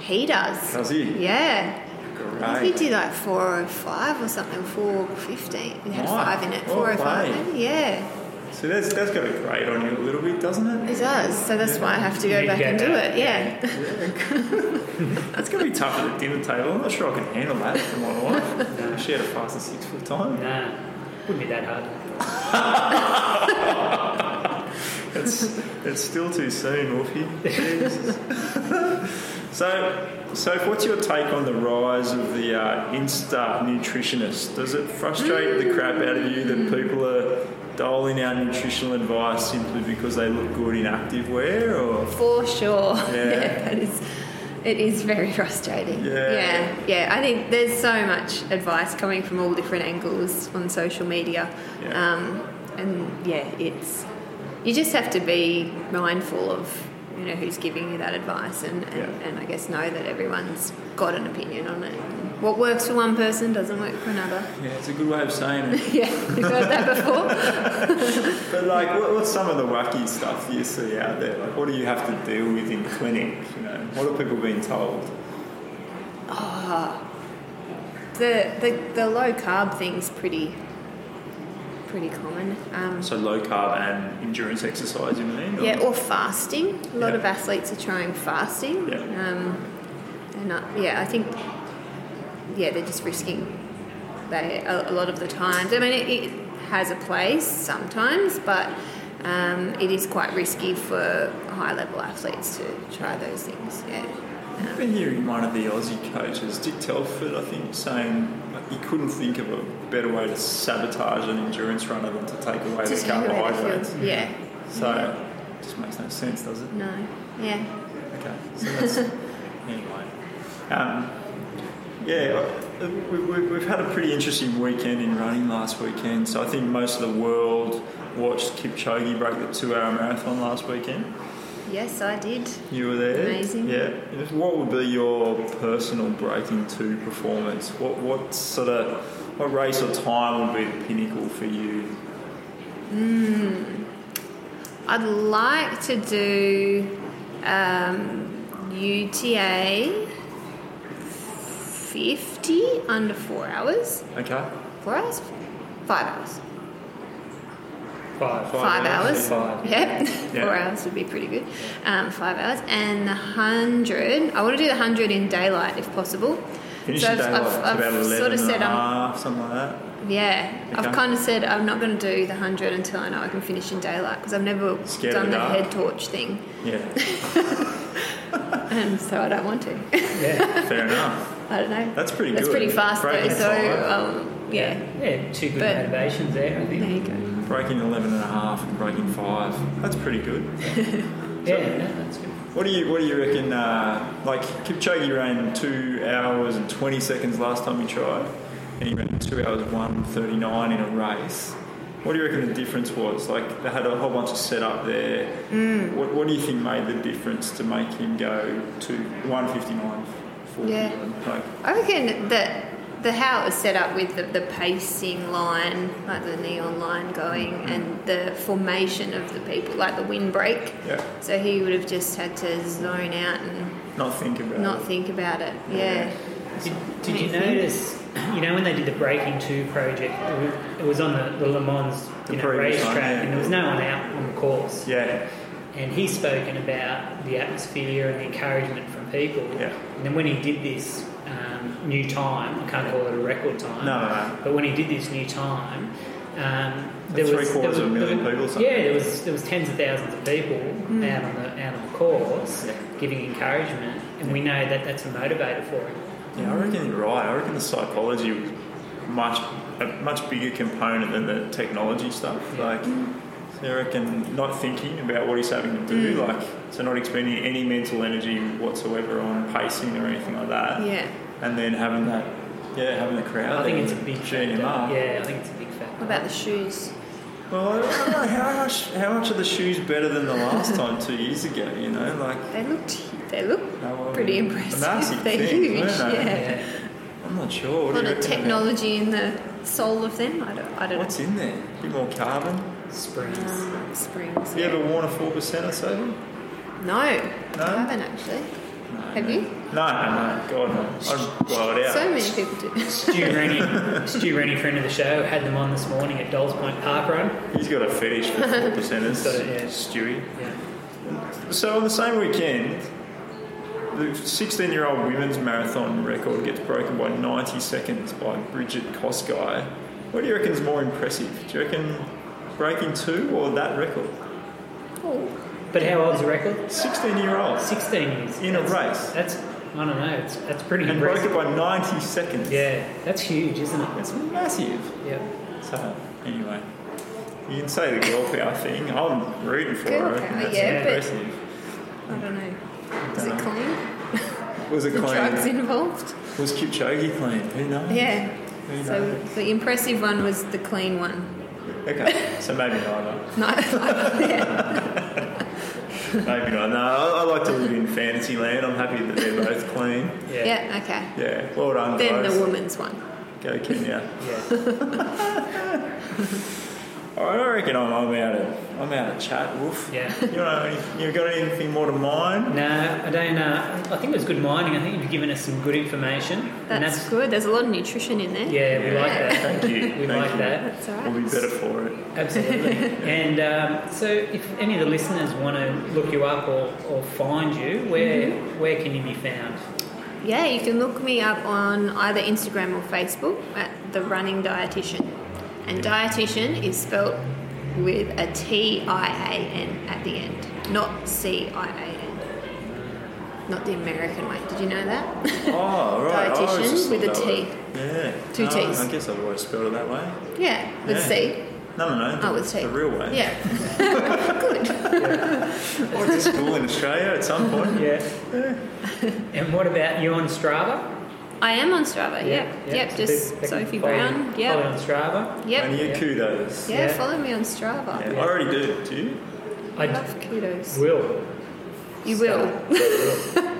S5: He does.
S4: Does he?
S5: Yeah. I
S4: Great.
S5: think he did like 405 or something, 415. He had
S4: Nice.
S5: five in it,
S4: Well
S5: 405.
S4: played.
S5: maybe? Yeah,
S4: So that's, that's got to grate on you a little bit, doesn't it?
S5: he does. So that's why I have to go
S3: You
S5: back
S3: get
S5: and do
S3: that.
S5: it. Yeah.
S4: That's going to be tough at the dinner table. I'm not sure I can handle that for my wife. She had a faster six foot time.
S3: Nah, wouldn't be that hard.
S4: It's, it's still too soon, Wolfie. Jesus. so, so what's your take on the rise of the uh, Insta nutritionist? Does it frustrate the crap out of you that people are doling out nutritional advice simply because they look good in active wear? Or
S5: For sure.
S4: Yeah.
S5: that is, it is very frustrating.
S4: Yeah.
S5: yeah. Yeah. I think there's so much advice coming from all different angles on social media.
S4: Yeah.
S5: Um, and yeah, it's, you just have to be mindful of, you know, who's giving you that advice and, and,
S4: Yeah.
S5: and I guess know that everyone's got an opinion on it. What works for one person doesn't work for another.
S4: yeah, it's a good way of saying it.
S5: Yeah, we've heard that before.
S4: But like, what, what's some of the wacky stuff you see out there? Like, what do you have to deal with in clinic? You know, what are people being told?
S5: The, the, the low carb thing's pretty, pretty common. Um,
S4: So low carb and endurance exercise, you mean? or-
S5: Yeah, or fasting. A lot
S4: Yeah.
S5: of athletes are trying fasting.
S4: Yeah.
S5: Um, they're not, yeah, I think, yeah, they're just risking that a, a lot of the times. I mean, it, it has a place sometimes, but um, it is quite risky for high level athletes to try those things. Yeah.
S4: I've been hearing one of the Aussie coaches, Dick Telford, I think, saying like, you couldn't think of a better way to sabotage an endurance runner than to take away
S5: Just
S4: the
S5: take away the
S4: carbohydrates.
S5: fuel. Yeah.
S4: So it just makes no sense, does it?
S5: No. Yeah.
S4: Okay. So that's anyway. Um, yeah, I- we, we, we've had a pretty interesting weekend in running last weekend. So I think most of the world watched Kipchoge break the two-hour marathon last weekend.
S5: Yes, I did.
S4: You were there.
S5: Amazing.
S4: Yeah. And if- What would be your personal breaking two performance? What what sort of what race or time would be the pinnacle for you?
S5: I'd like to do um, UTA 50 under four hours.
S4: Okay.
S5: Four hours? Five hours.
S3: Five.
S5: Five, hours.
S3: Five.
S5: Yep.
S4: Yeah.
S5: Four hours would be pretty good. Um, five hours. And the 100. I want to do the 100 in daylight if possible.
S4: Finish
S5: so
S4: the day
S5: I've,
S4: like
S5: I've,
S4: about
S5: I've
S4: 11
S5: sort of
S4: and
S5: said um,
S4: a
S5: I'm
S4: half, something like that.
S5: Yeah,
S4: Okay.
S5: I've kind of said I'm not going to do the 100 until I know I can finish in daylight because I've never
S4: Scared of
S5: done
S4: the
S5: the
S4: dark.
S5: head torch thing,
S4: Yeah.
S5: and so I don't want to.
S4: Fair enough.
S5: I don't know.
S4: That's pretty
S5: That's
S4: good.
S5: pretty fast
S4: Breaking
S5: though, so
S4: five.
S5: um, yeah.
S3: Yeah, two good
S5: But-
S3: motivations there, I think.
S5: There you go.
S4: Breaking 11 and a half and breaking five. That's pretty good.
S3: Yeah, no, that's good.
S4: What do you What do you reckon? Uh, like Kipchoge ran two hours and twenty seconds last time he tried, and he ran two hours one thirty nine in a race. What do you reckon the difference was? Like they had a whole bunch of setup there.
S5: Mm.
S4: What What do you think made the difference to make him go to one fifty nine?
S5: Yeah.
S4: Like,
S5: I reckon that the how it was set up with the, the pacing line, like the neon line going,
S4: Mm-hmm.
S5: and the formation of the people, like the windbreak.
S4: yeah.
S5: So he would have just had to zone out and
S4: Not think about
S5: not
S4: it.
S5: think about it. Yeah.
S3: Did, did you
S5: Amazing.
S3: notice, you know, when they did the Breaking 2 project, it was- it was on the, the Le Mans
S4: The
S3: you know,
S4: previous
S3: racetrack
S4: one, yeah.
S3: and there was no one out on the course.
S4: Yeah.
S3: And he's spoken about the atmosphere and the encouragement from people.
S4: Yeah.
S3: And then when he did this um, new time, I can't call it a record time,
S4: No, no, no.
S3: but when he did this new time, um, there
S4: Three
S3: was there
S4: quarters
S3: was-
S4: of a
S3: there
S4: million
S3: was-
S4: people or something.
S3: Yeah, there was there was tens of thousands of people out on the out on the course
S4: Yeah.
S3: giving encouragement, and we know that that's a motivator for him.
S4: Yeah, I reckon you're right. I reckon the psychology was much a much bigger component than the technology stuff. Like, so I reckon not thinking about what he's having to do,
S3: Mm.
S4: like, so not expending any mental energy whatsoever on pacing or anything like that.
S5: Yeah.
S4: And then having that, yeah, having the crowd.
S3: I think
S4: there
S3: it's a big
S4: cheering
S3: factor.
S4: him up.
S3: Yeah, I think it's a big
S5: What
S3: factor.
S5: about the shoes?
S4: Well, I don't know how much how much are the shoes better than the last time two years ago? You know, like.
S5: They looked. They look
S4: they were
S5: pretty
S4: massive
S5: impressive. They're
S4: things,
S5: huge.
S4: weren't they?
S5: Yeah.
S3: Yeah.
S4: I'm not sure.
S5: A
S4: What do
S5: lot
S4: you
S5: of
S4: reckon about-
S5: technology in the soul of them. I don't. I don't
S4: What's in there? A bit more carbon.
S3: Springs.
S5: know. Um, springs.
S4: Have you ever worn a four percent or so?
S5: No, I haven't actually. Have you?
S4: No, no, no, God, no. I'd blow it out.
S5: So many people do.
S3: Stu Rennie, Stu Rennie, friend of the show, had them on this morning at Dolls Point Park Run.
S4: He's got a fetish for four percenters,
S3: Got it, yeah.
S4: Stewie.
S3: Yeah.
S4: So on the same weekend, the 16-year-old women's marathon record gets broken by 90 seconds by Bridget Kosgei. What do you reckon is more impressive? Do you reckon breaking two or that record?
S5: Oh,
S3: But how old's the record?
S4: 16-year-old
S3: 16 years.
S4: in a
S3: That's-
S4: race
S3: That's, I don't know, it's, that's pretty
S4: and broke
S3: impressive.
S4: it by 90 seconds.
S3: Yeah, that's huge, isn't it?
S4: That's massive.
S3: Yeah.
S4: So anyway, you can say the girl power thing. I'm rooting for
S5: Girl
S4: her. I reckon
S5: power,
S4: that's
S5: yeah, but-
S4: impressive.
S5: I don't know. Is it
S4: Dunno.
S5: clean?
S4: Was it
S5: The drugs
S4: clean?
S5: involved?
S4: Was Kipchoge clean? Who knows?
S5: Yeah.
S4: Who
S5: So
S4: knows?
S5: the impressive one was the clean one.
S4: Okay, so maybe not.
S5: No, yeah.
S4: Maybe not. No, I, I like to live in fantasy land. I'm happy that they're both clean.
S3: Yeah.
S5: yeah, okay.
S4: Yeah, well done,
S5: Then
S4: guys.
S5: the woman's one.
S4: Go Kenya.
S3: Yeah.
S4: All right, I reckon I'm, I'm out of I'm out of chat. Wolf.
S3: Yeah.
S4: You know, any- you got anything more to mine?
S3: No, I don't. Uh, I think it was good mining. I think you've given us some good information. and
S5: That's good. There's a lot of nutrition in there.
S3: Yeah, we like that.
S4: Thank you.
S3: We
S4: Thank
S3: like
S4: you.
S3: that.
S5: That's all right.
S4: We'll be better for it.
S3: Absolutely. and um, so, if any of the listeners want to look you up or, or find you, where
S5: Mm-hmm.
S3: where can you be found?
S5: Yeah, you can look me up on either Instagram or Facebook at the Running Dietitian, and dietitian is spelt with a T I A N at the end, not C I A N. not the American way. Did you know that?
S4: Oh, right. I always
S5: Dietitian
S4: just thought
S5: with a
S4: that
S5: T.
S4: was- Yeah.
S5: Two
S4: No,
S5: Ts.
S4: I guess I've always spelled it that way.
S5: yeah, with
S4: Yeah.
S5: C.
S4: No, no, no.
S5: Oh,
S4: the-
S5: with T.
S4: The real way.
S5: Yeah.
S4: I went to school in Australia at some point.
S3: Yeah. and what about you on Strava?
S5: I am on Strava. Yep. Yep.
S3: so
S5: just
S3: people- they can
S5: Sophie
S3: follow you-
S5: Brown.
S3: Follow you
S5: Yep.
S3: on Strava.
S5: Yep.
S4: And you kudos.
S5: yeah,
S3: yeah.
S5: follow me on Strava.
S4: Yeah, I already do. Do you?
S3: I
S5: I
S3: d-
S5: love kudos.
S3: will.
S5: You will.
S3: Start.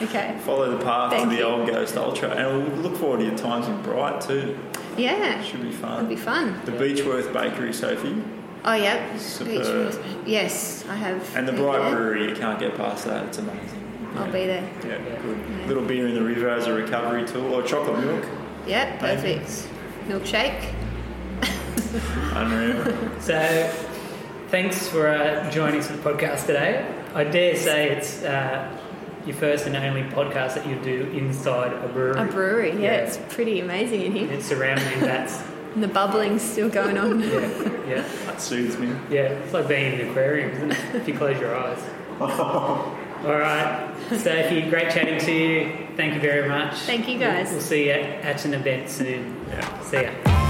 S5: Okay.
S4: Follow the path
S5: Thank
S4: to the
S5: you.
S4: old Ghost Ultra. And we'll look forward to your times in Bright too.
S5: Yeah.
S4: Should be
S5: It'll be
S4: fun.
S5: fun.
S4: The Beechworth Bakery, Sophie.
S5: Oh, yep.
S4: Superb.
S5: Beach North- Yes, I have.
S4: And the
S5: been
S4: Bright
S5: there.
S4: Brewery. You can't get past that. It's amazing.
S5: I'll be there.
S4: Yeah, good. Little beer in the river as a recovery tool. Or chocolate milk.
S5: Yep, perfect. Milkshake.
S4: Unreal.
S3: So, thanks for uh, joining us for the podcast today. I dare say it's uh, your first and only podcast that you do inside a brewery.
S5: A brewery. Yeah,
S3: Yeah.
S5: it's pretty amazing in here.
S3: It's surrounding bats.
S5: And the bubbling's still going on.
S3: Yeah, yeah,
S4: That soothes me.
S3: yeah. It's like being in an aquarium, isn't it? If you close your eyes. All right, Sophie, great chatting to you. Thank you very much.
S5: Thank you, guys.
S3: We'll see you at, at an event soon.
S4: Yeah.
S3: See ya.